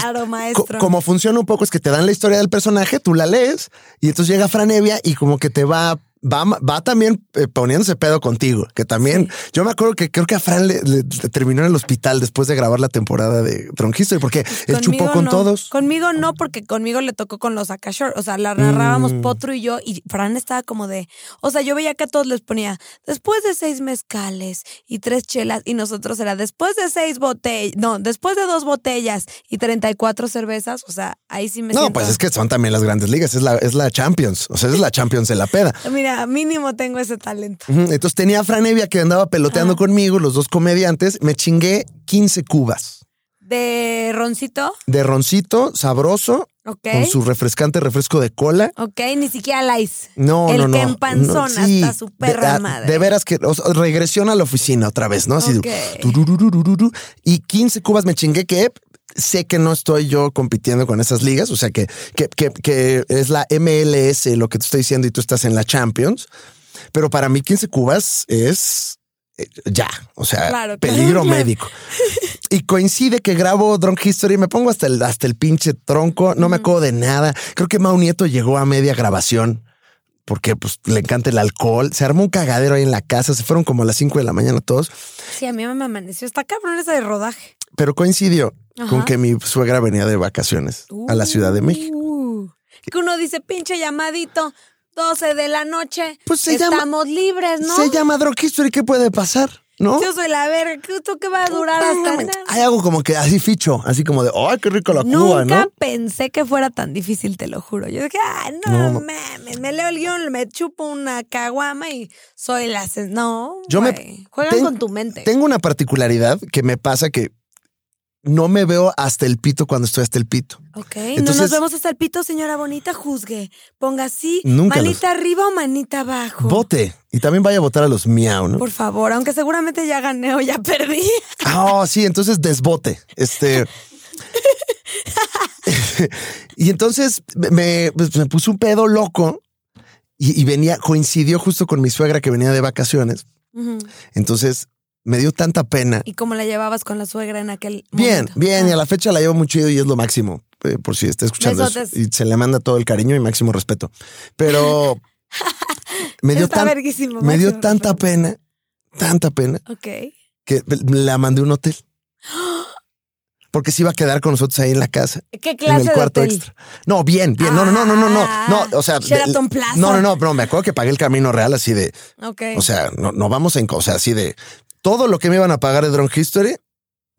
[SPEAKER 1] claro, maestro.
[SPEAKER 2] co- como funciona un poco es que te dan la historia del personaje, tú la lees y entonces llega Fran Evia y como que te va. Va, va también eh, poniéndose pedo contigo, que también yo me acuerdo que creo que a Fran le, le- le terminó en el hospital después de grabar la temporada de Drunk History, porque él chupó con
[SPEAKER 1] no.
[SPEAKER 2] todos.
[SPEAKER 1] Conmigo no, porque conmigo le tocó con los Akashor. O sea, la narrábamos
[SPEAKER 2] Mm.
[SPEAKER 1] Potro y yo, y Fran estaba como de. O sea, yo veía que a todos les ponía después de seis mezcales y tres chelas, y nosotros era después de seis botellas. No, después de dos botellas y 34 cervezas. O sea, ahí sí me
[SPEAKER 2] No,
[SPEAKER 1] siento-
[SPEAKER 2] pues es que son también las grandes ligas, es la, es la Champions, o sea, es la Champions de la peda.
[SPEAKER 1] Mira, mínimo tengo ese talento.
[SPEAKER 2] Ujú, Entonces tenía a Fran Evia que andaba peloteando conmigo, los dos comediantes. Me chingué 15 cubas
[SPEAKER 1] De Roncito,
[SPEAKER 2] de roncito sabroso
[SPEAKER 1] ok.
[SPEAKER 2] con su refrescante refresco de cola.
[SPEAKER 1] Ok, ni siquiera Lice.
[SPEAKER 2] No,
[SPEAKER 1] El
[SPEAKER 2] no, no.
[SPEAKER 1] que empanzona
[SPEAKER 2] no, sí,
[SPEAKER 1] hasta su
[SPEAKER 2] de-
[SPEAKER 1] perra
[SPEAKER 2] a-
[SPEAKER 1] madre.
[SPEAKER 2] De veras que o sea, regresión a la oficina otra vez, ¿no? Así de-
[SPEAKER 1] Ok.
[SPEAKER 2] turururururu, y 15 cubas me chingué que sé que no estoy yo compitiendo con esas ligas, o sea que, que, que- que es la MLS lo que te estoy diciendo y tú estás en la Champions, pero para mí 15 cubas es eh, ya, o sea,
[SPEAKER 1] Claro, claro,
[SPEAKER 2] peligro
[SPEAKER 1] claro.
[SPEAKER 2] médico. Y coincide que grabo Drunk History, me pongo hasta el, hasta el pinche tronco, no me acuerdo de nada. Creo que Mau Nieto llegó a media grabación porque pues, le encanta el alcohol. Se armó un cagadero ahí en la casa, se fueron como a las 5 de la mañana todos,
[SPEAKER 1] Sí, a mí me amaneció. Está cabrón esa de rodaje.
[SPEAKER 2] pero coincidió
[SPEAKER 1] Ajá.
[SPEAKER 2] con que mi suegra venía de vacaciones a la Ciudad de México.
[SPEAKER 1] Uh, que uno dice, pinche llamadito, 12 de la noche.
[SPEAKER 2] Pues se llama-
[SPEAKER 1] Estamos libres, ¿no?
[SPEAKER 2] Se llama Drunk History, ¿qué puede pasar? ¿No?
[SPEAKER 1] Yo soy la verga. ¿Tú qué va a durar hasta
[SPEAKER 2] Hay algo como que así ficho, así como de, ¡ay, qué rico la Cuba,
[SPEAKER 1] Nunca
[SPEAKER 2] ¿no?
[SPEAKER 1] pensé que fuera tan difícil, te lo juro. Yo dije, ah, no,
[SPEAKER 2] No, ma-
[SPEAKER 1] mames, me leo el guión, me chupo una caguama y soy la... sen- No,
[SPEAKER 2] Yo me-
[SPEAKER 1] güey. Juegan
[SPEAKER 2] ten-
[SPEAKER 1] con tu mente.
[SPEAKER 2] Tengo una particularidad que me pasa que no me veo hasta el pito cuando estoy hasta el pito.
[SPEAKER 1] Ok, no nos
[SPEAKER 2] Entonces-
[SPEAKER 1] vemos hasta el pito, señora bonita, juzgue. Ponga así,
[SPEAKER 2] Nunca los-
[SPEAKER 1] manita arriba o manita abajo.
[SPEAKER 2] Vote. Y también vaya a votar a los miau, ¿no?
[SPEAKER 1] Por favor, aunque seguramente ya gané o ya perdí.
[SPEAKER 2] Ah, oh, sí, entonces desbote. Este. y entonces me, pues, me puse un pedo loco y, y venía, coincidió justo con mi suegra que venía de vacaciones.
[SPEAKER 1] Ujú.
[SPEAKER 2] Entonces me dio tanta pena.
[SPEAKER 1] ¿Y cómo la llevabas con la suegra en aquel
[SPEAKER 2] Bien,
[SPEAKER 1] momento?
[SPEAKER 2] bien, y a la fecha la llevo muy chido y es lo máximo, eh, por si está escuchando eso.
[SPEAKER 1] Besotes.
[SPEAKER 2] Y se le manda todo el cariño y máximo respeto. Pero me dio,
[SPEAKER 1] Está
[SPEAKER 2] tan-
[SPEAKER 1] verguísimo,
[SPEAKER 2] me dio
[SPEAKER 1] máximo
[SPEAKER 2] tanta pena, tanta pena,
[SPEAKER 1] Ok.
[SPEAKER 2] que la mandé a un hotel. Porque se iba a quedar con nosotros ahí en la casa.
[SPEAKER 1] ¿Qué
[SPEAKER 2] En
[SPEAKER 1] clase
[SPEAKER 2] el
[SPEAKER 1] de
[SPEAKER 2] cuarto
[SPEAKER 1] hotel?
[SPEAKER 2] extra. No, bien, bien. No, no, no, no, no, no. No, o sea. de-
[SPEAKER 1] Ah, Sheraton Plaza.
[SPEAKER 2] No, no, no, no. Me acuerdo que pagué el camino real así de.
[SPEAKER 1] Ok.
[SPEAKER 2] O sea, no, no vamos en. O sea, así de. Todo lo que me iban a pagar de Drunk History.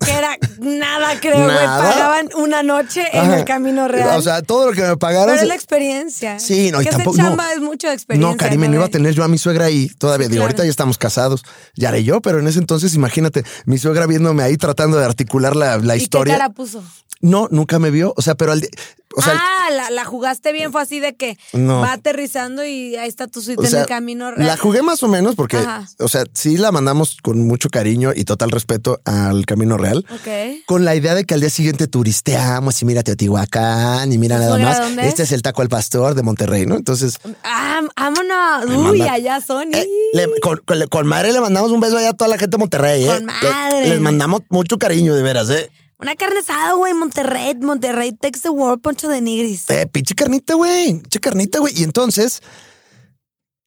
[SPEAKER 1] que era nada, creo, güey.
[SPEAKER 2] Nada.
[SPEAKER 1] Pagaban una noche en
[SPEAKER 2] ajá.
[SPEAKER 1] el camino real.
[SPEAKER 2] O sea, todo lo que me
[SPEAKER 1] pero
[SPEAKER 2] pagaron.
[SPEAKER 1] es
[SPEAKER 2] se-
[SPEAKER 1] la experiencia.
[SPEAKER 2] Sí, no, y
[SPEAKER 1] que
[SPEAKER 2] tampoco-
[SPEAKER 1] Ese
[SPEAKER 2] no.
[SPEAKER 1] chamba es mucho de experiencia.
[SPEAKER 2] No, Karime, no iba a
[SPEAKER 1] güey?
[SPEAKER 2] tener yo a mi suegra ahí todavía.
[SPEAKER 1] Sí,
[SPEAKER 2] Digo,
[SPEAKER 1] claro.
[SPEAKER 2] ahorita ya estamos casados. Ya haré yo, pero en ese entonces, imagínate, mi suegra viéndome ahí tratando de articular la, la
[SPEAKER 1] ¿Y qué
[SPEAKER 2] historia.
[SPEAKER 1] cara puso?
[SPEAKER 2] No, nunca me vio. O sea, pero al di- O sea,
[SPEAKER 1] ah, la, la jugaste bien, fue así de que
[SPEAKER 2] No.
[SPEAKER 1] va aterrizando y ahí está tu suite
[SPEAKER 2] o
[SPEAKER 1] en
[SPEAKER 2] sea,
[SPEAKER 1] el camino real.
[SPEAKER 2] la jugué más o menos porque,
[SPEAKER 1] Ajá.
[SPEAKER 2] o sea, sí la mandamos con mucho cariño y total respeto al Camino Real.
[SPEAKER 1] Ok.
[SPEAKER 2] Con la idea de que al día siguiente turisteamos y mira Teotihuacán y mira nada
[SPEAKER 1] ¿Oiga,
[SPEAKER 2] más.
[SPEAKER 1] dónde?
[SPEAKER 2] Este es el taco al pastor de Monterrey, ¿no? Entonces,
[SPEAKER 1] Ah, vámonos.
[SPEAKER 2] Me
[SPEAKER 1] Uy,
[SPEAKER 2] manda-
[SPEAKER 1] allá Sony.
[SPEAKER 2] Eh, le- con, con- con madre le mandamos un beso allá a toda la gente de Monterrey, ¿eh?
[SPEAKER 1] Con madre.
[SPEAKER 2] Le- les mandamos mucho cariño, de veras, ¿eh?
[SPEAKER 1] Una carne asada, güey, Monterrey, Monterrey, Tex the World, Poncho de Nigris.
[SPEAKER 2] Eh, pinche carnita, güey. Pinche carnita, güey. Y entonces,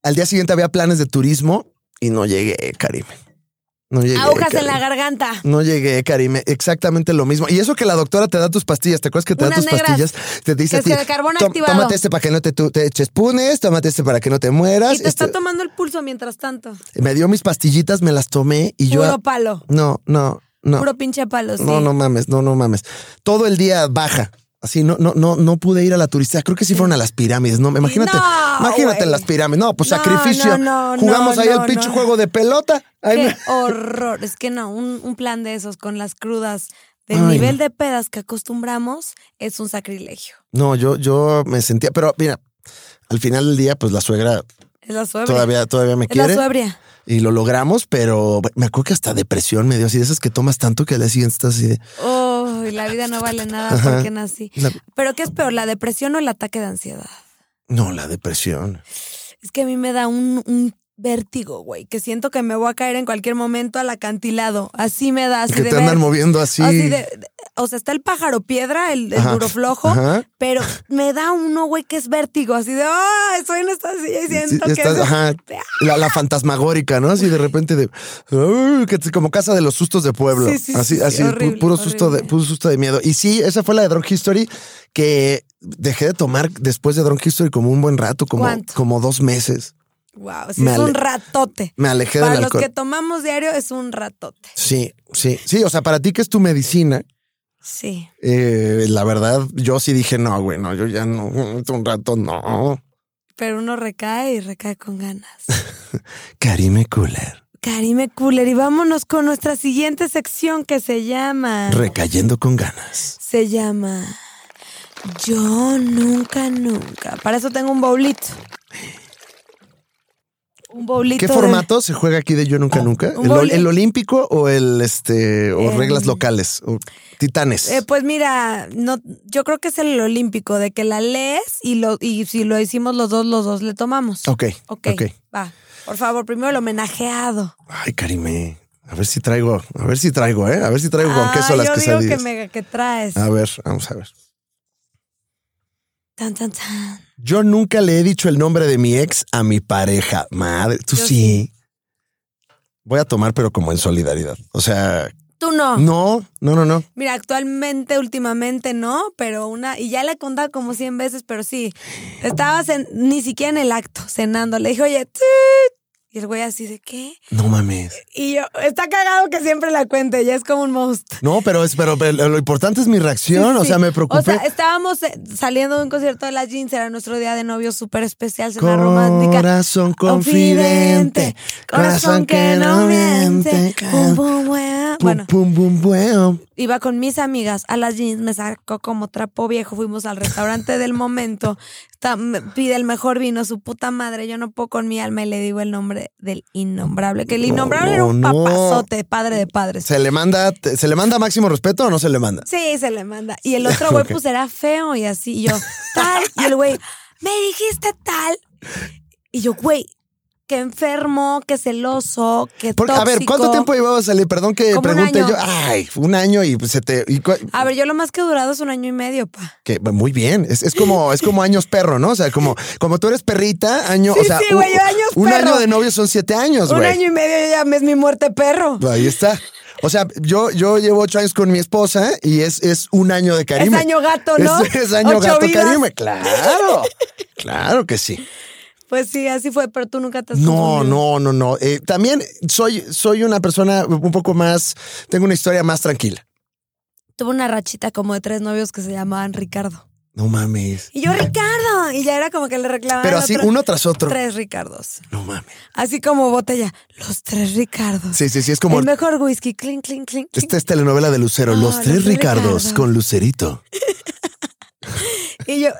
[SPEAKER 2] al día siguiente había planes de turismo y no llegué, Karime. No llegué.
[SPEAKER 1] Agujas en
[SPEAKER 2] Karime.
[SPEAKER 1] la garganta.
[SPEAKER 2] No llegué, Karime. Exactamente lo mismo. Y eso que la doctora te da tus pastillas. ¿Te acuerdas que te da
[SPEAKER 1] Unas
[SPEAKER 2] tus
[SPEAKER 1] negras.
[SPEAKER 2] pastillas? Te dice
[SPEAKER 1] Que
[SPEAKER 2] a ti,
[SPEAKER 1] es el carbón
[SPEAKER 2] "Tó-
[SPEAKER 1] activado".
[SPEAKER 2] Tómate este para que no te, tú- te eches punes, tómate este para que no te mueras.
[SPEAKER 1] Y te está
[SPEAKER 2] Este-
[SPEAKER 1] tomando el pulso mientras tanto.
[SPEAKER 2] me dio mis pastillitas, me las tomé y yo...
[SPEAKER 1] Puro palo.
[SPEAKER 2] No, no, no.
[SPEAKER 1] Puro pinche palo, sí.
[SPEAKER 2] No, no mames, no, no mames. Todo el día baja. Así, no, no, no, no pude ir a la turista. Creo que sí fueron a las pirámides, ¿no? Imagínate,
[SPEAKER 1] No,
[SPEAKER 2] imagínate
[SPEAKER 1] güey.
[SPEAKER 2] las pirámides. No, pues
[SPEAKER 1] No,
[SPEAKER 2] sacrificio.
[SPEAKER 1] no, no,
[SPEAKER 2] Jugamos
[SPEAKER 1] no,
[SPEAKER 2] ahí al
[SPEAKER 1] no,
[SPEAKER 2] pinche
[SPEAKER 1] no.
[SPEAKER 2] juego de pelota. Ay,
[SPEAKER 1] Qué
[SPEAKER 2] me-
[SPEAKER 1] horror. Es que no, un, un plan de esos con las crudas del
[SPEAKER 2] Ay,
[SPEAKER 1] nivel
[SPEAKER 2] no.
[SPEAKER 1] de pedas que acostumbramos es un sacrilegio.
[SPEAKER 2] No, yo, yo me sentía, pero mira, al final del día, pues la suegra
[SPEAKER 1] Es la suebria.
[SPEAKER 2] todavía, todavía me
[SPEAKER 1] es la
[SPEAKER 2] quiere
[SPEAKER 1] suebria.
[SPEAKER 2] y lo logramos, pero me acuerdo que hasta depresión me dio así de esas que tomas tanto que al día siguiente estás así de.
[SPEAKER 1] Oh, la vida no vale nada
[SPEAKER 2] Ajá.
[SPEAKER 1] porque nací.
[SPEAKER 2] la-
[SPEAKER 1] Pero ¿qué es peor, la depresión o el ataque de ansiedad?
[SPEAKER 2] no, la depresión.
[SPEAKER 1] Es que a mí me da un, un vértigo, güey, que siento que me voy a caer en cualquier momento al acantilado. Así me da, así
[SPEAKER 2] que
[SPEAKER 1] de
[SPEAKER 2] te andan
[SPEAKER 1] ver-
[SPEAKER 2] moviendo así.
[SPEAKER 1] así de- de- o sea, está el pájaro piedra, el, el
[SPEAKER 2] Ajá,
[SPEAKER 1] duro flojo,
[SPEAKER 2] ajá.
[SPEAKER 1] pero me da uno, güey, que es vértigo, así de, ¡ah! Estoy en esta silla y siento
[SPEAKER 2] Sí,
[SPEAKER 1] que...
[SPEAKER 2] estás-
[SPEAKER 1] es-
[SPEAKER 2] ajá, la, la fantasmagórica, ¿no? Así de repente de "Uy", que es como casa de los sustos de pueblo.
[SPEAKER 1] Sí, sí, sí,
[SPEAKER 2] así,
[SPEAKER 1] sí,
[SPEAKER 2] así, pu-
[SPEAKER 1] horrible,
[SPEAKER 2] puro susto de,
[SPEAKER 1] horrible.
[SPEAKER 2] puro susto de miedo. Y sí, esa fue la de Drunk History que dejé de tomar después de Drunk History como un buen rato, como,
[SPEAKER 1] ¿Cuánto?
[SPEAKER 2] como dos meses.
[SPEAKER 1] Wow, sí,
[SPEAKER 2] Me
[SPEAKER 1] es un
[SPEAKER 2] ale-
[SPEAKER 1] ratote.
[SPEAKER 2] Me alejé
[SPEAKER 1] Para
[SPEAKER 2] del
[SPEAKER 1] los
[SPEAKER 2] alcohol.
[SPEAKER 1] que tomamos diario es un ratote.
[SPEAKER 2] Sí, sí, sí. O sea, para ti que es tu medicina,
[SPEAKER 1] Sí.
[SPEAKER 2] eh, la verdad, yo sí dije, no, güey, no, yo ya no, un rato no.
[SPEAKER 1] Pero uno recae y recae con ganas.
[SPEAKER 2] Karime Cooler,
[SPEAKER 1] Karime Cooler, y vámonos con nuestra siguiente sección que se llama.
[SPEAKER 2] recayendo con ganas.
[SPEAKER 1] se llama. Yo nunca, nunca. Para eso tengo un baulito. Un baulito.
[SPEAKER 2] ¿Qué
[SPEAKER 1] de-
[SPEAKER 2] formato se juega aquí de Yo Nunca Nunca?
[SPEAKER 1] Ah, Un
[SPEAKER 2] ¿El, ol-
[SPEAKER 1] boli-
[SPEAKER 2] el olímpico o el este o
[SPEAKER 1] Em,
[SPEAKER 2] reglas locales o titanes?
[SPEAKER 1] Eh, pues mira, no, yo creo que es el olímpico, de que la lees y, lo, y si lo hicimos los dos, los dos le tomamos.
[SPEAKER 2] ok, ok.
[SPEAKER 1] Ok, va. Por favor, primero el homenajeado.
[SPEAKER 2] Ay, Karime, a ver si traigo, a ver si traigo, ¿eh? A ver si traigo con queso
[SPEAKER 1] Ah,
[SPEAKER 2] las
[SPEAKER 1] yo digo que
[SPEAKER 2] quesadillas.
[SPEAKER 1] mega que traes.
[SPEAKER 2] A ver, vamos a ver.
[SPEAKER 1] Tan, tan, tan.
[SPEAKER 2] Yo nunca le he dicho el nombre de mi ex a mi pareja. Madre, tú
[SPEAKER 1] Yo
[SPEAKER 2] sí. Voy a tomar, pero como en solidaridad. O sea,
[SPEAKER 1] Tú no.
[SPEAKER 2] no, no, no, no.
[SPEAKER 1] Mira, actualmente, últimamente no, pero una. Y ya le he contado como 100 veces, pero sí. Estaba cen- ni siquiera en el acto, cenando. Le dije, oye, tú. Y el güey así de qué.
[SPEAKER 2] No mames.
[SPEAKER 1] Y yo, está cagado que siempre la cuente, ya es como un most.
[SPEAKER 2] No, pero es, pero, pero lo importante es mi
[SPEAKER 1] Sí,
[SPEAKER 2] reacción. O
[SPEAKER 1] sí.
[SPEAKER 2] sea, me preocupé.
[SPEAKER 1] O sea, estábamos eh, saliendo de un concierto de las jeans, era nuestro día de novios súper especial, cena romántica.
[SPEAKER 2] Corazón confidente,
[SPEAKER 1] corazón que no miente. Pum, pum, wea.
[SPEAKER 2] Bueno.
[SPEAKER 1] Bueno,
[SPEAKER 2] Pum, pum, bueno.
[SPEAKER 1] iba con mis amigas a las jeans, me sacó como trapo viejo, fuimos al restaurante del momento, está- me pide el mejor vino, su puta madre, yo no puedo con mi alma y le digo el nombre del innombrable, que el innombrable
[SPEAKER 2] no,
[SPEAKER 1] era un
[SPEAKER 2] no.
[SPEAKER 1] papazote, padre de padres.
[SPEAKER 2] ¿Se le manda, te- se le manda máximo respeto o no se le manda?
[SPEAKER 1] Sí, se le manda. Y el otro güey,
[SPEAKER 2] Ok.
[SPEAKER 1] pues era feo y así. Y yo, tal. Y el güey, me dijiste tal. Y yo, güey, que enfermo, que celoso, que
[SPEAKER 2] Porque,
[SPEAKER 1] tóxico.
[SPEAKER 2] a ver, ¿cuánto tiempo llevabas a salir? Perdón que
[SPEAKER 1] Como un
[SPEAKER 2] pregunte
[SPEAKER 1] año.
[SPEAKER 2] yo. Ay, un año y se te. y cua-
[SPEAKER 1] A ver, yo lo más que he durado es un año y medio, pa.
[SPEAKER 2] que, muy bien. Es, es como, es como años perro, ¿no? O sea, como, como tú eres perrita, año.
[SPEAKER 1] Sí,
[SPEAKER 2] o sea,
[SPEAKER 1] sí, güey, yo años
[SPEAKER 2] un
[SPEAKER 1] perro.
[SPEAKER 2] año de novio son siete años,
[SPEAKER 1] un
[SPEAKER 2] Pues, güey.
[SPEAKER 1] año y medio ya es mi muerte perro.
[SPEAKER 2] Ahí está. O sea, yo, yo llevo ocho años con mi esposa y es, es un año de Karime.
[SPEAKER 1] Es año gato, ¿no?
[SPEAKER 2] Es, es año
[SPEAKER 1] Ocho
[SPEAKER 2] gato
[SPEAKER 1] vidas.
[SPEAKER 2] Karime, claro. Claro que sí.
[SPEAKER 1] Pues sí, así fue, pero tú nunca te has
[SPEAKER 2] No,
[SPEAKER 1] confundido.
[SPEAKER 2] no, no, no. Eh, también soy, soy una persona un poco más, tengo una historia más tranquila.
[SPEAKER 1] Tuve una rachita como de tres novios que se llamaban Ricardo.
[SPEAKER 2] No mames.
[SPEAKER 1] Y yo, Ricardo. Y ya era como que le reclamaba.
[SPEAKER 2] Pero
[SPEAKER 1] al
[SPEAKER 2] así,
[SPEAKER 1] Ah, otro,
[SPEAKER 2] uno tras otro.
[SPEAKER 1] Tres Ricardos.
[SPEAKER 2] No mames.
[SPEAKER 1] Así como botella. Los tres Ricardos.
[SPEAKER 2] Sí, sí, sí, es como... Este.
[SPEAKER 1] El mejor whisky, clink, clink, clink. clink. Ah,
[SPEAKER 2] Esta es telenovela de Lucero,
[SPEAKER 1] No,
[SPEAKER 2] Los
[SPEAKER 1] Los
[SPEAKER 2] Tres
[SPEAKER 1] Tres
[SPEAKER 2] Ricardos
[SPEAKER 1] Ricardos.
[SPEAKER 2] con Lucerito.
[SPEAKER 1] Y yo,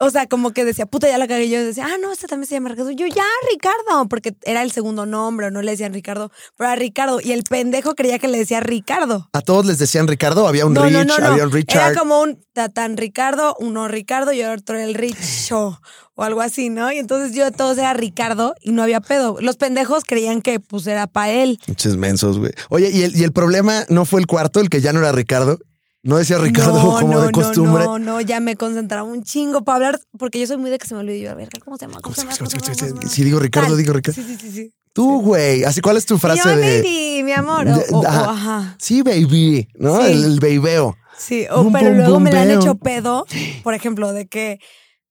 [SPEAKER 1] o sea, como que decía, puta, ya la cagué. Y yo decía, ah, no, este también se llama Ricardo. Yo, ya, Ricardo, porque era el segundo nombre, o no le decían Ricardo, pero era Ricardo. Y el pendejo creía que le decía Ricardo.
[SPEAKER 2] A todos les decían Ricardo, había un
[SPEAKER 1] No,
[SPEAKER 2] Rich,
[SPEAKER 1] no, no, no.
[SPEAKER 2] había un Richard.
[SPEAKER 1] Era como un tatán Ricardo, uno Ricardo y otro el Richo o algo así, ¿no? Y entonces yo de todos era Ricardo y no había pedo. Los pendejos creían que pues era para él.
[SPEAKER 2] Pinches mensos, güey. Oye, ¿y el, y el problema no fue el cuarto, el que ya no era Ricardo. No decía Ricardo
[SPEAKER 1] no,
[SPEAKER 2] como
[SPEAKER 1] no,
[SPEAKER 2] de costumbre.
[SPEAKER 1] No, no, no, ya me concentraba un chingo para hablar, porque yo soy muy de que se me olvide. Yo, a ver, ¿cómo se llama? ¿Cómo se llama? ¿Cómo se llama? ¿Cómo se llama?
[SPEAKER 2] Si digo Ricardo,
[SPEAKER 1] Tal.
[SPEAKER 2] digo Ricardo.
[SPEAKER 1] Sí, sí, sí. sí.
[SPEAKER 2] Tú, güey. Así, ¿cuál es tu frase
[SPEAKER 1] Yo,
[SPEAKER 2] de.
[SPEAKER 1] baby, mi amor. O,
[SPEAKER 2] de-
[SPEAKER 1] o- o,
[SPEAKER 2] ajá.
[SPEAKER 1] ajá.
[SPEAKER 2] Sí, baby, ¿no?
[SPEAKER 1] Sí.
[SPEAKER 2] El, el beibeo.
[SPEAKER 1] Sí, o,
[SPEAKER 2] Bum,
[SPEAKER 1] pero
[SPEAKER 2] bum,
[SPEAKER 1] luego
[SPEAKER 2] bum,
[SPEAKER 1] me la han
[SPEAKER 2] bam.
[SPEAKER 1] hecho pedo, por ejemplo, de que,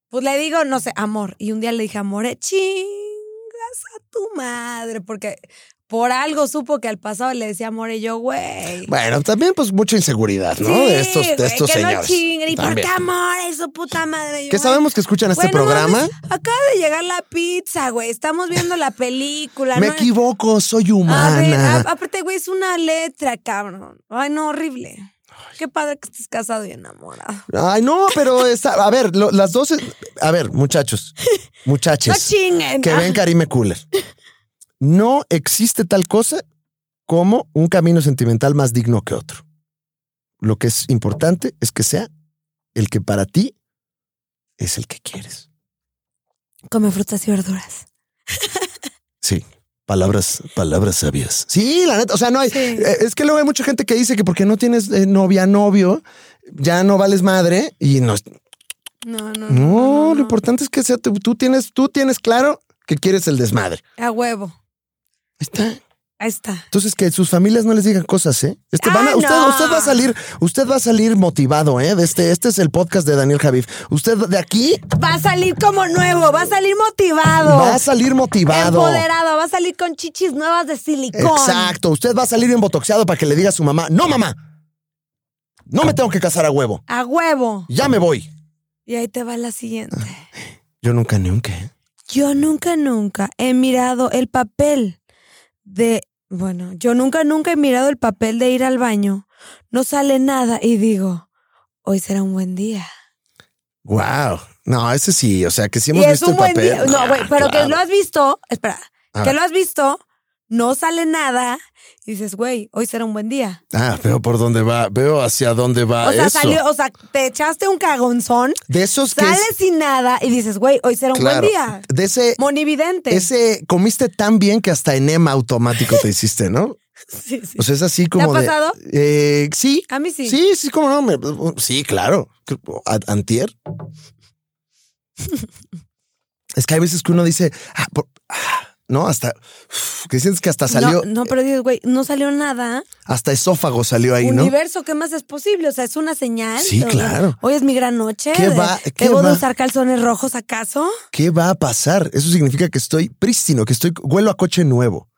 [SPEAKER 1] pues le digo, no sé, amor. Y un día le dije, amor, eh, chingas a tu madre, porque por algo supo que al pasado le decía amor y yo, güey.
[SPEAKER 2] Bueno, también, pues, mucha inseguridad, ¿no? de estos, de
[SPEAKER 1] güey,
[SPEAKER 2] estos
[SPEAKER 1] que
[SPEAKER 2] señores.
[SPEAKER 1] No chinguen, ¿Y por
[SPEAKER 2] También.
[SPEAKER 1] qué amor? Y su puta madre. Yo,
[SPEAKER 2] Que
[SPEAKER 1] ay,
[SPEAKER 2] sabemos que escuchan este
[SPEAKER 1] güey, no
[SPEAKER 2] programa.
[SPEAKER 1] mames, acaba de llegar la pizza, güey. Estamos viendo la película.
[SPEAKER 2] Me
[SPEAKER 1] ¿no?
[SPEAKER 2] equivoco, soy
[SPEAKER 1] A ver,
[SPEAKER 2] humana.
[SPEAKER 1] a- aparte, güey, es una letra, cabrón. Ay, no, horrible. Qué padre que estés casado y enamorado.
[SPEAKER 2] Ay, no, pero está. A ver, lo- las dos. A ver, muchachos,
[SPEAKER 1] No
[SPEAKER 2] muchachos.
[SPEAKER 1] chinguen.
[SPEAKER 2] que
[SPEAKER 1] Ah,
[SPEAKER 2] ven Karime Cooler. No existe tal cosa como un camino sentimental más digno que otro. Lo que es importante es que sea el que para ti es el que quieres.
[SPEAKER 1] Ah. Come frutas y verduras.
[SPEAKER 2] Sí. Palabras, palabras sabias. Sí, la neta. O sea, no hay.
[SPEAKER 1] Sí.
[SPEAKER 2] eh, Es que luego hay mucha gente que dice que porque no tienes eh, novia, novio, ya no vales madre y no,
[SPEAKER 1] No, no.
[SPEAKER 2] No, lo
[SPEAKER 1] no.
[SPEAKER 2] importante es que sea tú, tú tienes, tú tienes claro que quieres el desmadre.
[SPEAKER 1] A huevo.
[SPEAKER 2] Ahí está.
[SPEAKER 1] Ahí está.
[SPEAKER 2] Entonces que sus familias no les digan cosas, ¿eh? Este, van a-
[SPEAKER 1] Ah,
[SPEAKER 2] usted,
[SPEAKER 1] no.
[SPEAKER 2] usted va a salir, usted va a salir motivado, ¿eh? De este, este es el podcast de Daniel Javif. Usted de aquí
[SPEAKER 1] Va a salir como nuevo, va a salir motivado.
[SPEAKER 2] va a salir motivado.
[SPEAKER 1] Empoderado, va a salir con chichis nuevas de silicón.
[SPEAKER 2] Exacto. Usted va a salir bien botoxeado para que le diga a su mamá, no mamá, no me tengo que casar a huevo.
[SPEAKER 1] A huevo.
[SPEAKER 2] Ya me voy.
[SPEAKER 1] Y ahí te va la siguiente.
[SPEAKER 2] Yo nunca nunca. ¿eh?
[SPEAKER 1] Yo nunca, nunca he mirado el papel de... Bueno, yo nunca, nunca he mirado el papel de ir al baño. No sale nada y digo, hoy será un buen día.
[SPEAKER 2] Wow. No, ese sí. O sea, que sí
[SPEAKER 1] Y
[SPEAKER 2] hemos
[SPEAKER 1] es
[SPEAKER 2] visto
[SPEAKER 1] un
[SPEAKER 2] el
[SPEAKER 1] buen
[SPEAKER 2] papel. Ah,
[SPEAKER 1] día. No, güey, pero
[SPEAKER 2] claro.
[SPEAKER 1] que lo has visto, espera,
[SPEAKER 2] A
[SPEAKER 1] que
[SPEAKER 2] ver.
[SPEAKER 1] lo has visto, no sale nada y dices, güey, hoy será un buen día.
[SPEAKER 2] Ah, veo por dónde va, veo hacia dónde va
[SPEAKER 1] o sea,
[SPEAKER 2] Ah, eso.
[SPEAKER 1] salió, o sea, te echaste un cagonzón,
[SPEAKER 2] de esos que
[SPEAKER 1] sales
[SPEAKER 2] es-
[SPEAKER 1] sin nada y dices, güey, hoy será un
[SPEAKER 2] claro,
[SPEAKER 1] buen día.
[SPEAKER 2] de ese
[SPEAKER 1] Monividente.
[SPEAKER 2] ese comiste tan bien que hasta enema automático te hiciste, ¿no?
[SPEAKER 1] Sí, sí.
[SPEAKER 2] O sea, es así como
[SPEAKER 1] ha
[SPEAKER 2] de-
[SPEAKER 1] pasado?
[SPEAKER 2] eh, sí.
[SPEAKER 1] A mí sí.
[SPEAKER 2] Sí, sí, cómo no. me- sí, claro. A- Antier. es que hay veces que uno dice, ah, por- ah, no, hasta uf, que sientes que hasta salió,
[SPEAKER 1] No, no, pero dices, güey, no salió nada.
[SPEAKER 2] hasta esófago salió ahí, ¿no?
[SPEAKER 1] Universo, ¿qué más es posible? O sea, es una señal.
[SPEAKER 2] Sí,
[SPEAKER 1] O sea,
[SPEAKER 2] claro.
[SPEAKER 1] Hoy es mi gran noche.
[SPEAKER 2] ¿Qué
[SPEAKER 1] de-
[SPEAKER 2] va- qué
[SPEAKER 1] ¿Debo
[SPEAKER 2] va?
[SPEAKER 1] de usar calzones rojos acaso?
[SPEAKER 2] ¿Qué va a pasar? Eso significa que estoy prístino, que estoy huelo a coche nuevo,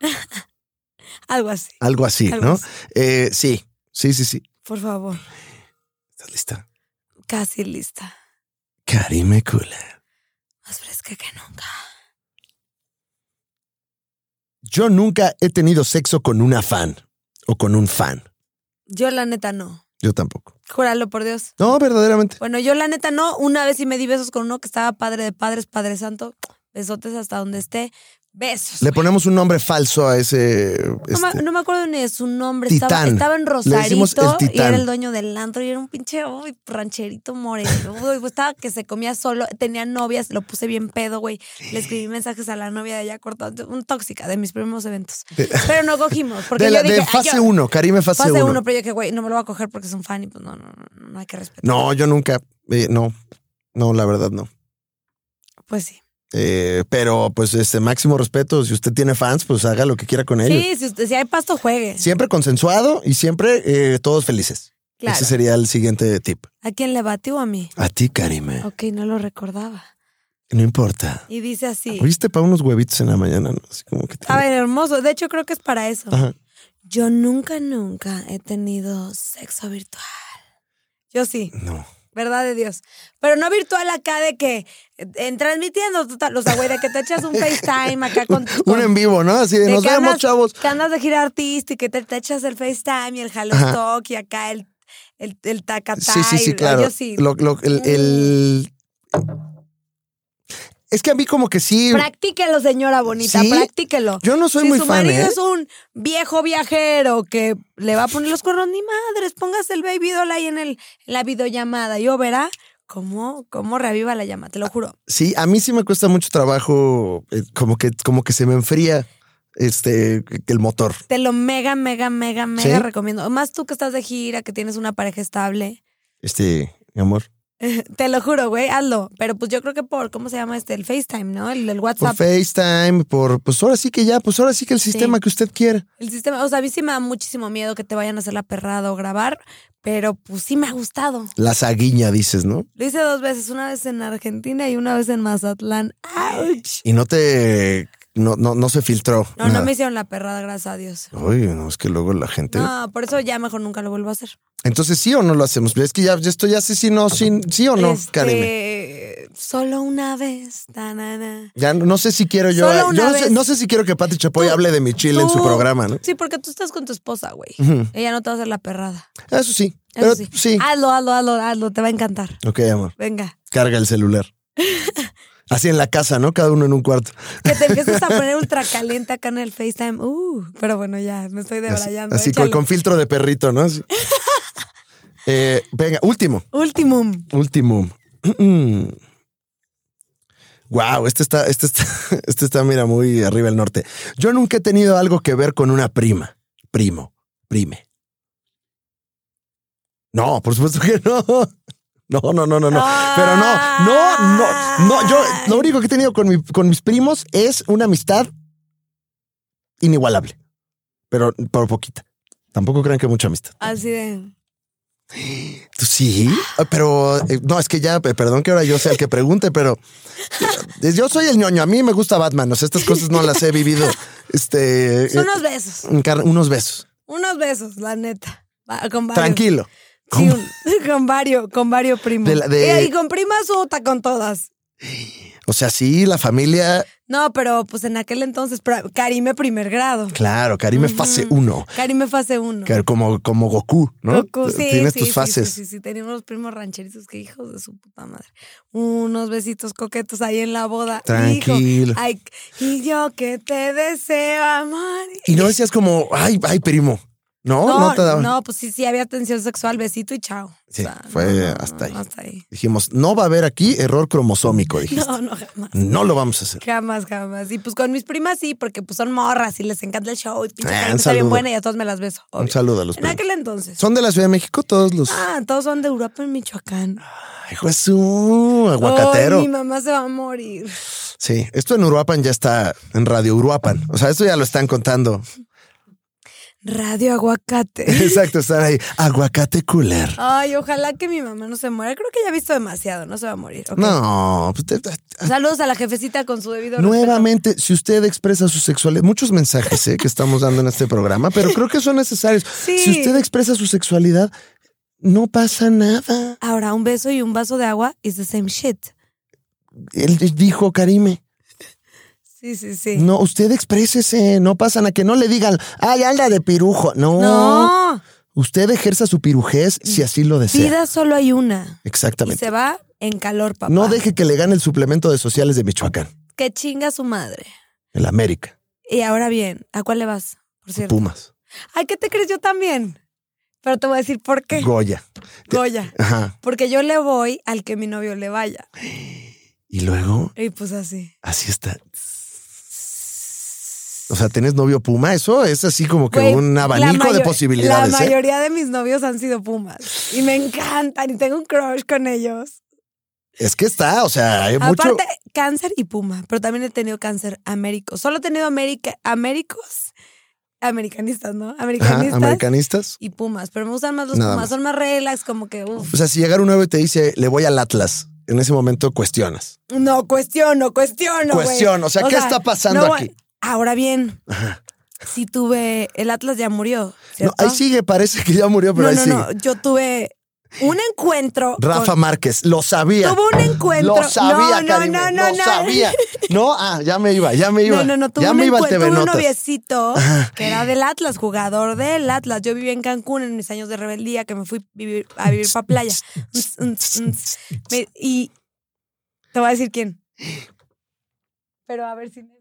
[SPEAKER 1] Algo así,
[SPEAKER 2] algo así,
[SPEAKER 1] Algo
[SPEAKER 2] ¿no?
[SPEAKER 1] así.
[SPEAKER 2] Eh, sí, sí, sí, sí.
[SPEAKER 1] por favor.
[SPEAKER 2] ¿Estás lista?
[SPEAKER 1] Casi lista.
[SPEAKER 2] Karime Kula.
[SPEAKER 1] Más fresca que nunca.
[SPEAKER 2] Yo nunca he tenido sexo con una fan o con un fan.
[SPEAKER 1] Yo la neta no.
[SPEAKER 2] Yo tampoco.
[SPEAKER 1] Júralo por Dios.
[SPEAKER 2] No, verdaderamente.
[SPEAKER 1] Bueno, yo la neta no. Una vez sí me di besos con uno que estaba padre de padres, padre santo. Besotes hasta donde esté. Besos.
[SPEAKER 2] Le ponemos un nombre falso a ese.
[SPEAKER 1] No, me-
[SPEAKER 2] este,
[SPEAKER 1] no me acuerdo ni de su nombre. Estaba,
[SPEAKER 2] Titán.
[SPEAKER 1] estaba en
[SPEAKER 2] Le decimos el
[SPEAKER 1] Rosarito y
[SPEAKER 2] Titán.
[SPEAKER 1] era el dueño del antro y era un pinche uy, rancherito moreno. Uy, estaba que se comía solo, tenía novias, lo puse bien pedo, güey. Le escribí mensajes a la novia de allá cortado, un tóxica de mis primeros eventos. Pero no cogimos. Porque
[SPEAKER 2] de,
[SPEAKER 1] yo
[SPEAKER 2] la- de
[SPEAKER 1] dije, "Ay,
[SPEAKER 2] fase
[SPEAKER 1] yo-
[SPEAKER 2] 1, Karime fase
[SPEAKER 1] Fase
[SPEAKER 2] 1.
[SPEAKER 1] uno, pero yo dije, güey, no me lo voy a coger porque es un fan y pues no, no, no, no hay que respetar.
[SPEAKER 2] No, yo nunca. eh, no, no, la verdad no.
[SPEAKER 1] Pues sí.
[SPEAKER 2] Eh, pero pues este máximo respeto, si usted tiene fans, pues haga lo que quiera con ellos.
[SPEAKER 1] Sí, si, usted- si hay pasto, juegue.
[SPEAKER 2] Siempre consensuado y siempre eh, todos felices.
[SPEAKER 1] claro.
[SPEAKER 2] Ese sería el siguiente tip.
[SPEAKER 1] ¿A quién le batió a mí?
[SPEAKER 2] A ti, Karime.
[SPEAKER 1] Ok, no lo recordaba.
[SPEAKER 2] No importa.
[SPEAKER 1] Y dice así.
[SPEAKER 2] Oíste para unos huevitos en la mañana, ¿no? Así como que te-
[SPEAKER 1] A ver, hermoso. De hecho, creo que es para eso.
[SPEAKER 2] Ajá.
[SPEAKER 1] Yo nunca, nunca he tenido sexo virtual. Yo sí,
[SPEAKER 2] No.
[SPEAKER 1] verdad de Dios. Pero no virtual acá de que eh, en transmitiendo, total, o sea, güey, de que te echas un FaceTime acá con... con-
[SPEAKER 2] Un en vivo, ¿no? Así de
[SPEAKER 1] de
[SPEAKER 2] nos
[SPEAKER 1] que
[SPEAKER 2] vemos,
[SPEAKER 1] andas-
[SPEAKER 2] chavos.
[SPEAKER 1] Que andas de gira artística y te, te echas el FaceTime y el Hello
[SPEAKER 2] Ajá.
[SPEAKER 1] Talk y acá el, el, el tacatá
[SPEAKER 2] Sí, sí,
[SPEAKER 1] y-
[SPEAKER 2] sí,
[SPEAKER 1] ah,
[SPEAKER 2] claro.
[SPEAKER 1] Yo sí.
[SPEAKER 2] Lo- lo- el, el Es que a mí como que sí.
[SPEAKER 1] Practíquelo, señora bonita,
[SPEAKER 2] Sí.
[SPEAKER 1] practíquelo.
[SPEAKER 2] Yo no soy
[SPEAKER 1] si
[SPEAKER 2] muy
[SPEAKER 1] su
[SPEAKER 2] fan,
[SPEAKER 1] marido
[SPEAKER 2] ¿eh?
[SPEAKER 1] es un viejo viajero que le va a poner los cuernos, ni madres, póngase el baby doll ahí en, el, en la videollamada. Yo verá cómo, cómo reaviva la llama, te lo juro.
[SPEAKER 2] Sí, a mí sí me cuesta mucho trabajo, eh, como que, como que se me enfría este el motor.
[SPEAKER 1] Te lo mega, mega, mega, mega
[SPEAKER 2] ¿Sí?
[SPEAKER 1] recomiendo. Más tú que estás de gira, que tienes una pareja estable.
[SPEAKER 2] Este, mi amor.
[SPEAKER 1] Te lo juro, güey, hazlo. Pero pues yo creo que por, ¿cómo se llama este? El FaceTime, ¿no? El, el
[SPEAKER 2] Por
[SPEAKER 1] WhatsApp.
[SPEAKER 2] FaceTime, por pues ahora sí que ya, pues ahora sí que el sistema que usted quiera.
[SPEAKER 1] El sistema, o sea, a mí sí me da muchísimo miedo que te vayan a hacer la perrada o grabar, pero pues sí me ha gustado.
[SPEAKER 2] La saguiña, dices, ¿no?
[SPEAKER 1] Lo hice dos veces, una vez en Argentina y una vez en Mazatlán. ¡Auch!
[SPEAKER 2] Y no te no, no, no se filtró.
[SPEAKER 1] No, no
[SPEAKER 2] nada.
[SPEAKER 1] me hicieron la perrada, gracias a Dios.
[SPEAKER 2] Uy, no, es que luego la gente.
[SPEAKER 1] No, por eso ya mejor nunca lo vuelvo a hacer.
[SPEAKER 2] Entonces, ¿sí o no lo hacemos? Es que ya, ya estoy así, sí, no, sí, sí o Oh, no,
[SPEAKER 1] Este,
[SPEAKER 2] Karime.
[SPEAKER 1] Solo una vez. tanana.
[SPEAKER 2] Ya no, no sé si quiero yo.
[SPEAKER 1] Solo una
[SPEAKER 2] yo no, sé,
[SPEAKER 1] vez.
[SPEAKER 2] no sé si quiero que Pati Chapoy
[SPEAKER 1] Tú-
[SPEAKER 2] hable de mi chile en su
[SPEAKER 1] Tú-
[SPEAKER 2] programa, ¿no?
[SPEAKER 1] Sí, porque tú estás con tu esposa, güey.
[SPEAKER 2] Ujú.
[SPEAKER 1] Ella no te va a hacer la perrada.
[SPEAKER 2] Eso sí.
[SPEAKER 1] Eso
[SPEAKER 2] Pero,
[SPEAKER 1] sí. Ah.
[SPEAKER 2] sí.
[SPEAKER 1] Hazlo, hazlo, hazlo, hazlo. Te va a encantar.
[SPEAKER 2] Ok, amor.
[SPEAKER 1] Venga.
[SPEAKER 2] Carga el celular. Así en la casa, ¿no? Cada uno en un cuarto.
[SPEAKER 1] Que te empieces a poner ultra caliente acá en el FaceTime. Uh, pero bueno, ya, me estoy
[SPEAKER 2] Así,
[SPEAKER 1] debrayando.
[SPEAKER 2] así con,
[SPEAKER 1] échale.
[SPEAKER 2] con filtro de perrito, ¿no? Así. Eh, venga, último.
[SPEAKER 1] Ultimum.
[SPEAKER 2] Último. wow, este está, este está, este está, mira, muy arriba el norte. Yo nunca he tenido algo que ver con una prima. Primo, prime. No, por supuesto que no. No, no, no, no, no. Pero no, no, no, no. Yo lo único que he tenido con, mi- con mis primos es una amistad inigualable. Pero por poquita. Tampoco crean que mucha amistad.
[SPEAKER 1] Así de.
[SPEAKER 2] Tú Sí, Ah, pero eh, no, es que ya, pe- perdón que ahora yo sea el que pregunte, pero eh, yo soy el ñoño, a mí me gusta Batman, o sea, estas cosas no las he vivido. Este, eh,
[SPEAKER 1] Son unos besos.
[SPEAKER 2] en car- unos besos.
[SPEAKER 1] Unos besos, la neta. Va- Con varios.
[SPEAKER 2] Tranquilo.
[SPEAKER 1] Sí, un- con varios, con varios primos.
[SPEAKER 2] De la- de-
[SPEAKER 1] Eh, Y con primas o ta- con todas.
[SPEAKER 2] O sea, sí, la familia,
[SPEAKER 1] No, pero pues en aquel entonces, pero Karime primer grado.
[SPEAKER 2] claro, Karime fase uno,
[SPEAKER 1] Karime fase 1.
[SPEAKER 2] que como, como Goku, ¿no?
[SPEAKER 1] Goku, sí,
[SPEAKER 2] Tienes
[SPEAKER 1] sí,
[SPEAKER 2] tus
[SPEAKER 1] sí,
[SPEAKER 2] fases.
[SPEAKER 1] Sí, sí, sí, tenía unos primos rancheritos que hijos de su puta madre. Unos besitos coquetos ahí en la boda. Hijo,
[SPEAKER 2] Tranquilo.
[SPEAKER 1] ay, y yo que te deseo, amor.
[SPEAKER 2] Y no decías como, ay, ay, primo. No, no,
[SPEAKER 1] No,
[SPEAKER 2] te
[SPEAKER 1] no,
[SPEAKER 2] daban.
[SPEAKER 1] pues sí, sí, había tensión sexual, besito y chao.
[SPEAKER 2] Sí, fue hasta ahí.
[SPEAKER 1] Hasta ahí.
[SPEAKER 2] Dijimos, no va a haber aquí error cromosómico, dijiste.
[SPEAKER 1] No, no, jamás.
[SPEAKER 2] No, lo vamos a hacer.
[SPEAKER 1] Jamás, jamás. Y pues con mis primas sí, porque pues son morras y les encanta el show. Y pinche
[SPEAKER 2] Eh,
[SPEAKER 1] gente
[SPEAKER 2] un
[SPEAKER 1] está bien
[SPEAKER 2] saludo.
[SPEAKER 1] buena y a todas me las beso.
[SPEAKER 2] Un
[SPEAKER 1] obvio.
[SPEAKER 2] saludo a los
[SPEAKER 1] En
[SPEAKER 2] primos.
[SPEAKER 1] aquel entonces.
[SPEAKER 2] Son de la Ciudad de México todos los...
[SPEAKER 1] Ah, todos son de Europa y Michoacán.
[SPEAKER 2] Ay, Jesús, aguacatero.
[SPEAKER 1] Ay, mi mamá se va a morir.
[SPEAKER 2] Sí, esto en Uruapan ya está en Radio Uruapan. O sea, esto ya lo están contando.
[SPEAKER 1] Radio Aguacate.
[SPEAKER 2] Exacto, están ahí. Aguacate cooler.
[SPEAKER 1] Ay, ojalá que mi mamá no se muera. Creo que ya ha visto demasiado, no se va a morir. ok.
[SPEAKER 2] No, pues, te- te-
[SPEAKER 1] Saludos a la jefecita con su debido respeto.
[SPEAKER 2] nuevamente, si usted expresa su sexualidad, muchos mensajes eh, que estamos dando en este programa, pero creo que son necesarios.
[SPEAKER 1] Sí.
[SPEAKER 2] Si usted expresa su sexualidad, no pasa nada.
[SPEAKER 1] Ahora, un beso y un vaso de agua is the same shit.
[SPEAKER 2] Él dijo, Karime,
[SPEAKER 1] Sí, sí, sí.
[SPEAKER 2] no, usted exprésese, no pasa nada, que no le digan, ay, anda de pirujo. No,
[SPEAKER 1] No,
[SPEAKER 2] usted ejerza su pirujez si así lo desea.
[SPEAKER 1] vida solo hay una. Y
[SPEAKER 2] Exactamente.
[SPEAKER 1] se va en calor, papá.
[SPEAKER 2] No deje que le gane el suplemento de sociales de Michoacán,
[SPEAKER 1] Que chinga su madre.
[SPEAKER 2] el América,
[SPEAKER 1] Y ahora bien, ¿a cuál le vas? Por cierto.
[SPEAKER 2] Pumas,
[SPEAKER 1] Ay, ¿qué te crees yo también? Pero te voy a decir por qué.
[SPEAKER 2] Goya.
[SPEAKER 1] Goya.
[SPEAKER 2] Ajá.
[SPEAKER 1] Porque yo le voy al que mi novio le vaya.
[SPEAKER 2] Y luego,
[SPEAKER 1] Y pues así.
[SPEAKER 2] así está. O sea, ¿tenés novio Puma? Eso es así como que
[SPEAKER 1] Güey,
[SPEAKER 2] un
[SPEAKER 1] la
[SPEAKER 2] abanico de
[SPEAKER 1] mayo-
[SPEAKER 2] posibilidades.
[SPEAKER 1] La
[SPEAKER 2] ¿eh?
[SPEAKER 1] mayoría de mis novios han sido pumas. Y me encantan y tengo un crush con ellos.
[SPEAKER 2] Es que está, o sea, hay Eh, mucho.
[SPEAKER 1] Aparte, cáncer y puma. Pero también he tenido cáncer américo. Solo he tenido América, américos, americanistas, ¿no?
[SPEAKER 2] Ajá,
[SPEAKER 1] Americanistas
[SPEAKER 2] americanistas.
[SPEAKER 1] y pumas. Pero me gustan más los
[SPEAKER 2] Nada
[SPEAKER 1] pumas.
[SPEAKER 2] más.
[SPEAKER 1] Son más relax, como que, uff.
[SPEAKER 2] O sea, si llegara un nuevo y te dice, le voy al Atlas, en ese momento cuestionas.
[SPEAKER 1] No, cuestiono, cuestiono. güey.
[SPEAKER 2] Cuestión, o sea, ¿qué está pasando
[SPEAKER 1] va-
[SPEAKER 2] aquí?
[SPEAKER 1] Ahora bien, si tuve. El Atlas ya murió.
[SPEAKER 2] No,
[SPEAKER 1] ¿cierto?
[SPEAKER 2] ahí sigue, parece que ya murió, pero
[SPEAKER 1] No,
[SPEAKER 2] ahí
[SPEAKER 1] no,
[SPEAKER 2] sigue.
[SPEAKER 1] no. Yo tuve un encuentro.
[SPEAKER 2] Rafa
[SPEAKER 1] con-
[SPEAKER 2] Márquez, lo sabía.
[SPEAKER 1] Tuve un encuentro.
[SPEAKER 2] Lo sabía,
[SPEAKER 1] no, no,
[SPEAKER 2] Karime,
[SPEAKER 1] no, no,
[SPEAKER 2] lo
[SPEAKER 1] no.
[SPEAKER 2] sabía. No, ah, ya me iba, ya me iba.
[SPEAKER 1] No, no, no, tuve
[SPEAKER 2] ya
[SPEAKER 1] un
[SPEAKER 2] me iba al
[SPEAKER 1] encuentro,
[SPEAKER 2] TV
[SPEAKER 1] tuve un
[SPEAKER 2] Notas. Ah,
[SPEAKER 1] noviecito que era del Atlas, jugador del Atlas. Yo vivía en Cancún en mis años de rebeldía, que me fui vivir- a vivir para playa. Mm, mm, mm. Me- y Te voy a decir quién. Pero a ver sin esto.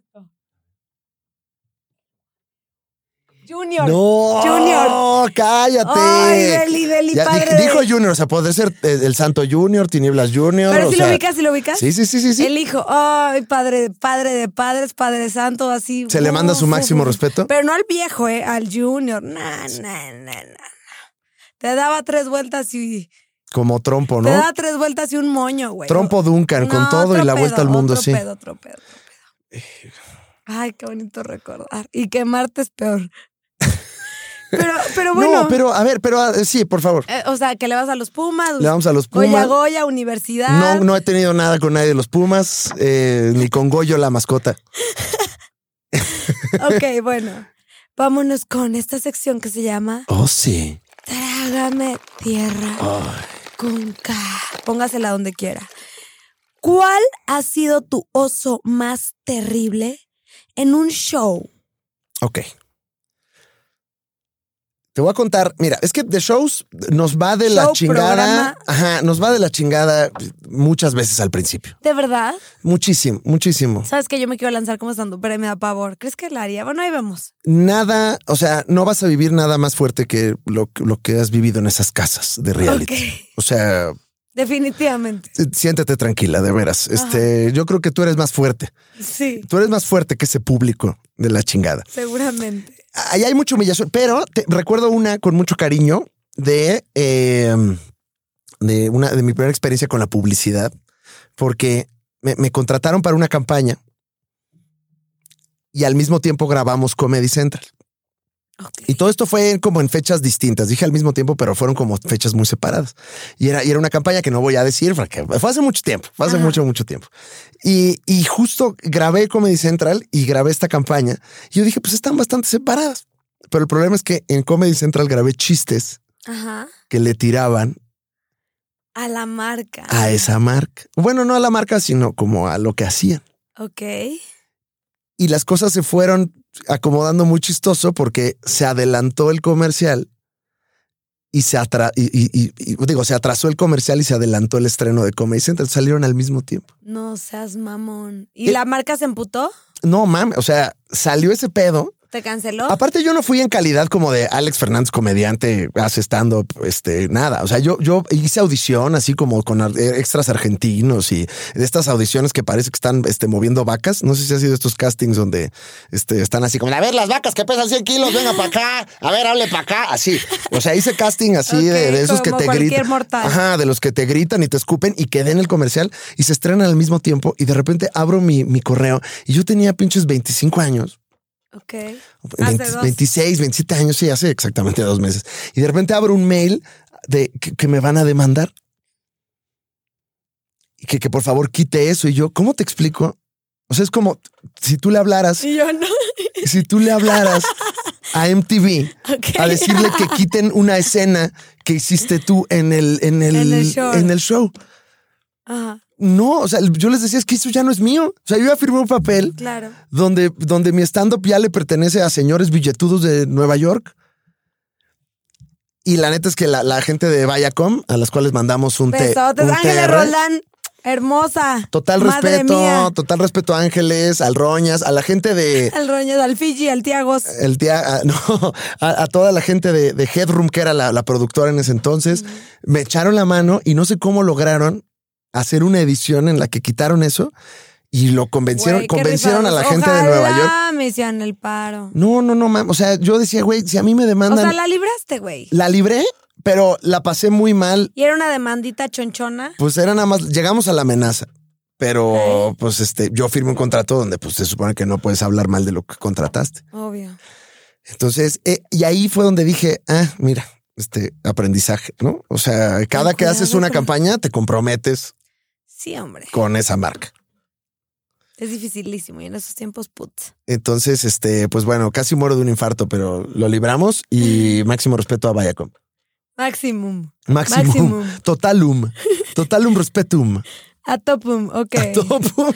[SPEAKER 1] Junior.
[SPEAKER 2] No,
[SPEAKER 1] Junior.
[SPEAKER 2] cállate.
[SPEAKER 1] Ay, Beli, Beli,
[SPEAKER 2] Ya
[SPEAKER 1] padre.
[SPEAKER 2] di-
[SPEAKER 1] de-
[SPEAKER 2] dijo Junior, o sea, podría ser eh, el Santo Junior, Tinieblas Junior.
[SPEAKER 1] Pero
[SPEAKER 2] o
[SPEAKER 1] si
[SPEAKER 2] sea,
[SPEAKER 1] lo ubicas, si lo ubicas.
[SPEAKER 2] Sí, sí, sí, sí. sí.
[SPEAKER 1] El hijo, ay, padre, padre de padres, padre santo, así.
[SPEAKER 2] Se le manda su
[SPEAKER 1] uf,
[SPEAKER 2] máximo
[SPEAKER 1] uf, uf.
[SPEAKER 2] respeto.
[SPEAKER 1] Pero no al viejo, ¿eh? Al junior. Nah, nah, nah, nah. Te daba tres vueltas y.
[SPEAKER 2] Como trompo,
[SPEAKER 1] Te
[SPEAKER 2] ¿no?
[SPEAKER 1] daba tres vueltas y un moño, güey.
[SPEAKER 2] Trompo Duncan con
[SPEAKER 1] No,
[SPEAKER 2] todo y
[SPEAKER 1] otro
[SPEAKER 2] la vuelta al
[SPEAKER 1] pedo,
[SPEAKER 2] mundo,
[SPEAKER 1] otro
[SPEAKER 2] sí.
[SPEAKER 1] Pedo, otro pedo, otro pedo. Ay, qué bonito recordar. Y quemarte es peor. Pero, pero bueno.
[SPEAKER 2] No, pero a ver, pero ah, sí, por favor.
[SPEAKER 1] eh, o sea, que le vas a los Pumas.
[SPEAKER 2] Le vamos a los
[SPEAKER 1] Goya
[SPEAKER 2] Pumas.
[SPEAKER 1] Goya, Universidad.
[SPEAKER 2] No, no he tenido nada con nadie de los Pumas, eh, ni con Goyo la mascota.
[SPEAKER 1] Ok, bueno. Vámonos con esta sección que se llama
[SPEAKER 2] Oh, sí.
[SPEAKER 1] Trágame tierra
[SPEAKER 2] Ah.
[SPEAKER 1] con K. Póngasela donde quiera. ¿Cuál ha sido tu oso más terrible en un show?
[SPEAKER 2] Ok. Te voy a contar, mira, es que de shows nos va de la
[SPEAKER 1] Show,
[SPEAKER 2] chingada.
[SPEAKER 1] programa.
[SPEAKER 2] Ajá, nos va de la chingada muchas veces al principio.
[SPEAKER 1] ¿De verdad?
[SPEAKER 2] Muchísimo, muchísimo.
[SPEAKER 1] Sabes que yo me quiero lanzar como estando, pero me da pavor. ¿Crees que la haría? Bueno, ahí vemos.
[SPEAKER 2] Nada, o sea, no vas a vivir nada más fuerte que lo, lo que has vivido en esas casas de reality.
[SPEAKER 1] Ok,
[SPEAKER 2] O sea,
[SPEAKER 1] definitivamente.
[SPEAKER 2] siéntate tranquila, de veras. Este, yo creo que tú eres más fuerte.
[SPEAKER 1] Sí,
[SPEAKER 2] Tú eres más fuerte que ese público de la chingada.
[SPEAKER 1] seguramente.
[SPEAKER 2] Ahí hay mucha humillación, pero te- recuerdo una con mucho cariño de, eh, de una de mi primera experiencia con la publicidad, porque me, me contrataron para una campaña y al mismo tiempo grabamos Comedy Central.
[SPEAKER 1] Ok.
[SPEAKER 2] Y todo esto fue como en fechas distintas. Dije al mismo tiempo, pero fueron como fechas muy separadas. Y era, y era una campaña que no voy a decir, porque fue hace mucho tiempo, fue hace
[SPEAKER 1] Ajá.
[SPEAKER 2] mucho, mucho tiempo. Y, y justo grabé Comedy Central y grabé esta campaña. Y yo dije, pues están bastante separadas. Pero el problema es que en Comedy Central grabé chistes
[SPEAKER 1] Ajá.
[SPEAKER 2] que le tiraban
[SPEAKER 1] A la marca.
[SPEAKER 2] a esa marca. Bueno, no a la marca, sino como a lo que hacían.
[SPEAKER 1] Ok.
[SPEAKER 2] Y las cosas se fueron acomodando muy chistoso porque se adelantó el comercial y se atra- y, y- y- y- digo, se atrasó el comercial y se adelantó el estreno de Comedy Central. Salieron al mismo tiempo.
[SPEAKER 1] No seas mamón. ¿Y
[SPEAKER 2] Eh.
[SPEAKER 1] la marca se emputó?
[SPEAKER 2] No mames, o sea, salió ese pedo.
[SPEAKER 1] ¿Te canceló?
[SPEAKER 2] Aparte, yo no fui en calidad como de Alex Fernández, comediante, hace stand-up, este, nada. O sea, yo, yo hice audición así como con ar- eh, extras argentinos y de estas audiciones que parece que están este, moviendo vacas. No sé si ha sido estos castings donde este, están así como, a ver, las vacas que pesan 100 kilos, venga para acá, a ver, hable para acá, así. O sea, hice casting así de- de,
[SPEAKER 1] Ok,
[SPEAKER 2] esos que
[SPEAKER 1] como
[SPEAKER 2] te
[SPEAKER 1] cualquier
[SPEAKER 2] gritan.
[SPEAKER 1] mortal.
[SPEAKER 2] Ajá, de los que te gritan y te escupen y que den el comercial y se estrenan al mismo tiempo y de repente abro mi, mi correo y yo tenía pinches 25 años.
[SPEAKER 1] Ok.
[SPEAKER 2] 20
[SPEAKER 1] Hace dos.
[SPEAKER 2] 26, 27 años, sí, hace exactamente dos meses. Y de repente abro un mail de que, que me van a demandar. Y que, que por favor quite eso. Y yo, ¿cómo te explico? O sea, es como si tú le hablaras,
[SPEAKER 1] Y yo no.
[SPEAKER 2] si tú le hablaras a MTV
[SPEAKER 1] Ok.
[SPEAKER 2] a decirle que quiten una escena que hiciste tú en el, en el,
[SPEAKER 1] En el show.
[SPEAKER 2] en el show.
[SPEAKER 1] Ajá,
[SPEAKER 2] No, o sea, yo les decía, es que eso ya no es mío. O sea, yo ya firmé un papel
[SPEAKER 1] claro.
[SPEAKER 2] donde, donde mi stand-up ya le pertenece a señores billetudos de Nueva York. Y la neta es que la, la gente de Viacom, a las cuales mandamos un té.
[SPEAKER 1] Besotes.
[SPEAKER 2] un
[SPEAKER 1] Ángeles
[SPEAKER 2] TR,
[SPEAKER 1] Roldán, hermosa.
[SPEAKER 2] Total
[SPEAKER 1] Madre
[SPEAKER 2] respeto,
[SPEAKER 1] mía.
[SPEAKER 2] total respeto a Ángeles, al Roñas, a la gente de.
[SPEAKER 1] Al Roño, al Fiji, al Tiagos.
[SPEAKER 2] El tía, a- no, a, a toda la gente de, de Headroom, que era la, la productora en ese entonces, me echaron la mano y no sé cómo lograron hacer una edición en la que quitaron eso y lo convencieron,
[SPEAKER 1] Güey, qué
[SPEAKER 2] convencieron a la
[SPEAKER 1] rifados.
[SPEAKER 2] gente de Nueva
[SPEAKER 1] Ojalá
[SPEAKER 2] York.
[SPEAKER 1] me hicieron el paro.
[SPEAKER 2] No, no, no, mam. O sea, yo decía, güey, si a mí me
[SPEAKER 1] O
[SPEAKER 2] demandan,
[SPEAKER 1] sea,
[SPEAKER 2] la...
[SPEAKER 1] la libraste, güey.
[SPEAKER 2] libré, pero la pasé muy mal.
[SPEAKER 1] Y era una demandita chonchona.
[SPEAKER 2] Pues era nada más, llegamos a la amenaza. Pero, pues, este, yo firmé un contrato donde, pues, se supone que no puedes hablar mal de lo que contrataste.
[SPEAKER 1] Obvio.
[SPEAKER 2] Entonces, eh, y ahí fue donde dije, ah, mira, este aprendizaje, ¿no? O sea, cada que haces
[SPEAKER 1] cuidado
[SPEAKER 2] una
[SPEAKER 1] con-
[SPEAKER 2] campaña, te comprometes
[SPEAKER 1] Sí, hombre.
[SPEAKER 2] con esa marca.
[SPEAKER 1] Es dificilísimo. Y en esos tiempos, putz.
[SPEAKER 2] Entonces, este, pues bueno, casi muero de un infarto, pero lo libramos y máximo respeto a Viacom.
[SPEAKER 1] Maximum.
[SPEAKER 2] Máximo.
[SPEAKER 1] Maximum.
[SPEAKER 2] Totalum. Totalum respetum.
[SPEAKER 1] A topum, ok.
[SPEAKER 2] Topo.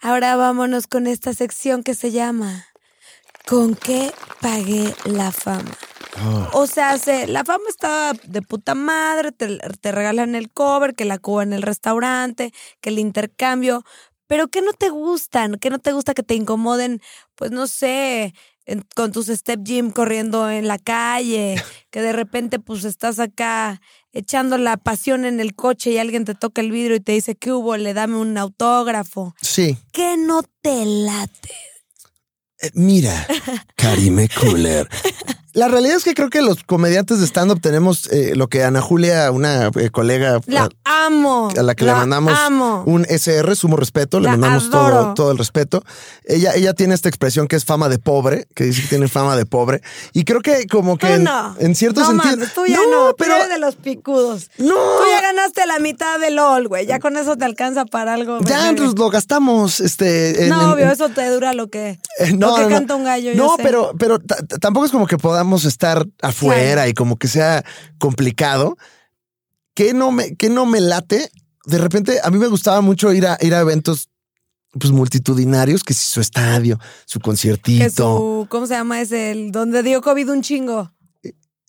[SPEAKER 1] Ahora vámonos con esta sección que se llama ¿Con qué pagué la fama? O sea, se- la fama estaba de puta madre, te, te regalan el cover, que la cuba en el restaurante, que el intercambio, pero que no te gustan, que no te gusta que te incomoden, pues no sé, en- con tus step gym corriendo en la calle, que de repente pues estás acá echando la pasión en el coche y alguien te toca el vidrio y te dice, ¿qué hubo? Le dame un autógrafo.
[SPEAKER 2] Sí.
[SPEAKER 1] Que no te late.
[SPEAKER 2] Eh, mira, Karime Cooler. La realidad es que creo que los comediantes de stand-up tenemos eh, lo que Ana Julia, una eh, colega
[SPEAKER 1] La amo.
[SPEAKER 2] a la que le mandamos
[SPEAKER 1] amo.
[SPEAKER 2] un SR, sumo respeto, le
[SPEAKER 1] La
[SPEAKER 2] mandamos
[SPEAKER 1] adoro.
[SPEAKER 2] todo, todo el respeto. Ella, ella tiene esta expresión que es fama de pobre, que dice que tiene fama de pobre. Y creo que como que en,
[SPEAKER 1] no.
[SPEAKER 2] en cierto
[SPEAKER 1] no,
[SPEAKER 2] sentido.
[SPEAKER 1] mames, tú ya no, tú
[SPEAKER 2] pero
[SPEAKER 1] eres de los picudos.
[SPEAKER 2] No.
[SPEAKER 1] Tú ya ganaste la mitad del LOL, güey. Ya con eso te alcanza para algo.
[SPEAKER 2] ya
[SPEAKER 1] verga.
[SPEAKER 2] nos lo gastamos. Este, en-
[SPEAKER 1] no,
[SPEAKER 2] en-
[SPEAKER 1] obvio,
[SPEAKER 2] en-
[SPEAKER 1] eso te dura lo que,
[SPEAKER 2] Eh,
[SPEAKER 1] lo que canta un gallo. yo
[SPEAKER 2] No,
[SPEAKER 1] sé.
[SPEAKER 2] pero, pero ta- ta- tampoco es como que podamos estar afuera
[SPEAKER 1] Claro.
[SPEAKER 2] y como que sea complicado. Que no me, que no me late. De repente, a mí me gustaba mucho ir a ir a eventos pues multitudinarios, que si su estadio, su
[SPEAKER 1] Que
[SPEAKER 2] conciertito,
[SPEAKER 1] su, ¿Cómo se llama ese? El donde dio COVID un chingo.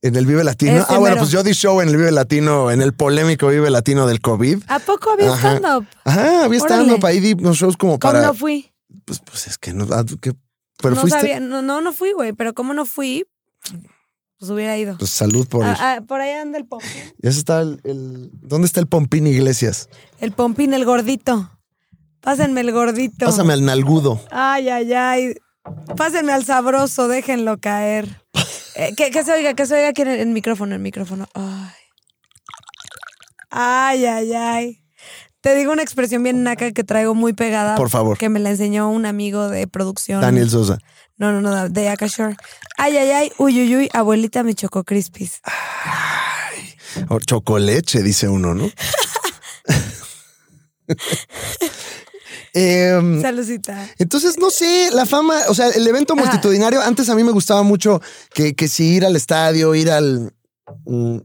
[SPEAKER 2] en el Vive Latino.
[SPEAKER 1] Ese
[SPEAKER 2] Ah, bueno,
[SPEAKER 1] mero.
[SPEAKER 2] pues yo di show en el Vive Latino, en el polémico Vive Latino del COVID.
[SPEAKER 1] ¿A poco había
[SPEAKER 2] Ajá.
[SPEAKER 1] stand-up?
[SPEAKER 2] Ajá, había
[SPEAKER 1] Órale.
[SPEAKER 2] estado para ahí di unos shows como
[SPEAKER 1] ¿Cómo
[SPEAKER 2] para.
[SPEAKER 1] no fui?
[SPEAKER 2] pues, pues es que no. ah, que- pero
[SPEAKER 1] no
[SPEAKER 2] fuiste.
[SPEAKER 1] sabía. No, no, no fui, güey. Pero ¿cómo no fui? Pues hubiera ido.
[SPEAKER 2] Pues salud por.
[SPEAKER 1] Ah,
[SPEAKER 2] eso
[SPEAKER 1] ah, por ahí anda el pompín.
[SPEAKER 2] está el- el. ¿Dónde está el Pompín Iglesias?
[SPEAKER 1] El pompín, el gordito. Pásenme el gordito.
[SPEAKER 2] Pásame al nalgudo.
[SPEAKER 1] Ay, ay, ay. Pásenme al sabroso, déjenlo caer. Eh, que, que se oiga, que se oiga aquí en el, el micrófono, el micrófono. Ay. Ay, ay, ay. Te digo una expresión bien naca que traigo muy pegada.
[SPEAKER 2] Por favor.
[SPEAKER 1] Que me la enseñó un amigo de producción.
[SPEAKER 2] Daniel Sosa.
[SPEAKER 1] No, no, no, de Akashore. Ay, ay, ay, uy, uy, uy, abuelita me chocó crispis.
[SPEAKER 2] O chocoleche, dice uno, ¿no? Em,
[SPEAKER 1] Salucita.
[SPEAKER 2] entonces, no sé, la fama, o sea, el evento
[SPEAKER 1] Ajá.
[SPEAKER 2] multitudinario, antes a mí me gustaba mucho que, que sí ir al estadio, ir al... mm,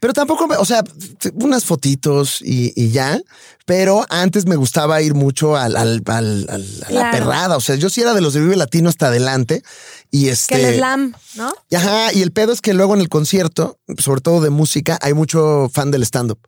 [SPEAKER 2] pero tampoco, me- o sea, t- unas fotitos y, y ya, pero antes me gustaba ir mucho al, al- al- al- a la
[SPEAKER 1] Claro.
[SPEAKER 2] perrada, o sea, yo sí era de los de Vive Latino hasta adelante y este...
[SPEAKER 1] Que el slam, ¿no?
[SPEAKER 2] Y Ajá, y el pedo es que luego en el concierto, sobre todo de música, hay mucho fan del stand-up.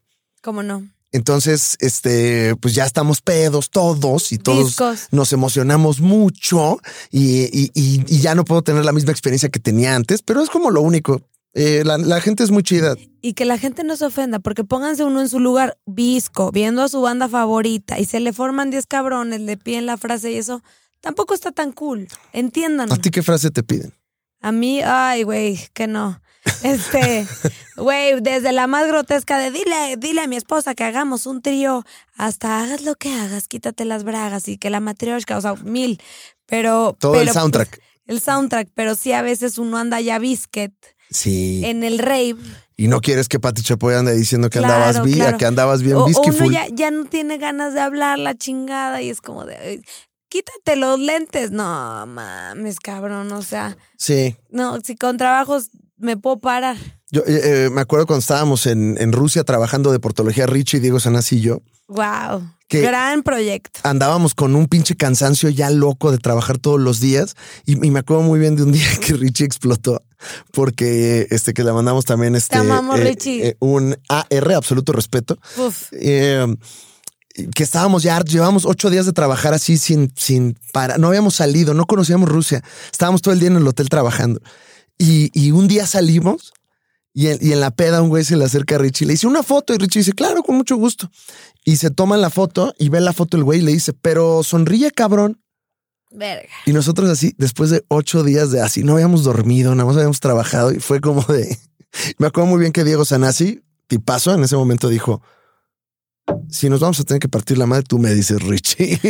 [SPEAKER 1] ¿Cómo no?
[SPEAKER 2] Entonces, este, pues ya estamos pedos todos y todos
[SPEAKER 1] Discos.
[SPEAKER 2] nos emocionamos mucho y, y- y- y ya no puedo tener la misma experiencia que tenía antes, pero es como lo único. Eh, la, la gente es muy chida.
[SPEAKER 1] y que la gente no se ofenda, porque pónganse uno en su lugar visco, viendo a su banda favorita y se le forman 10 cabrones, le piden la frase y eso tampoco está tan cool. Entiendan.
[SPEAKER 2] ¿A ti qué frase te piden?
[SPEAKER 1] A mí, ay, güey, que no. Este, güey, desde la más grotesca de dile, dile a mi esposa que hagamos un trío, hasta hagas lo que hagas, quítate las bragas y que la matrioshka, o sea, mil. Pero.
[SPEAKER 2] Todo el
[SPEAKER 1] pero, pues,
[SPEAKER 2] soundtrack.
[SPEAKER 1] El soundtrack, pero sí a veces uno anda ya biscuit
[SPEAKER 2] Sí.
[SPEAKER 1] en el rave.
[SPEAKER 2] Y no quieres que Pati Chapoy ande diciendo que
[SPEAKER 1] Claro,
[SPEAKER 2] andabas vía,
[SPEAKER 1] claro.
[SPEAKER 2] que andabas bien
[SPEAKER 1] o, o uno
[SPEAKER 2] bisquiful.
[SPEAKER 1] ya, ya no tiene ganas de hablar la chingada y es como de "Ay, quítate los lentes. No mames, cabrón. O sea,
[SPEAKER 2] Sí.
[SPEAKER 1] no, si con trabajos me puedo parar.
[SPEAKER 2] Yo eh, eh, me acuerdo cuando estábamos en, en Rusia trabajando de portología Richie, Diego Sanasi y yo.
[SPEAKER 1] Wow.
[SPEAKER 2] ¿Qué?
[SPEAKER 1] Gran proyecto.
[SPEAKER 2] andábamos con un pinche cansancio ya loco de trabajar todos los días y, y me acuerdo muy bien de un día que Richie explotó porque este que le mandamos también este
[SPEAKER 1] amamos, Richie.
[SPEAKER 2] un AR absoluto respeto
[SPEAKER 1] Uf.
[SPEAKER 2] eh, que estábamos ya hartos, llevábamos ocho días de trabajar así sin, sin para, no habíamos salido, no conocíamos Rusia, estábamos todo el día en el hotel trabajando. Y, y un día salimos y en, y en la peda un güey se le acerca a Richie y le dice una foto y Richie dice, claro, con mucho gusto. Y se toman la foto y ve la foto el güey y le dice, pero sonríe cabrón.
[SPEAKER 1] Verga.
[SPEAKER 2] Y nosotros así, después de ocho días de así, no habíamos dormido, nada más habíamos trabajado y fue como de... Me acuerdo muy bien que Diego Sanasi, tipazo, en ese momento dijo, si nos vamos a tener que partir la madre, tú me dices, Richie.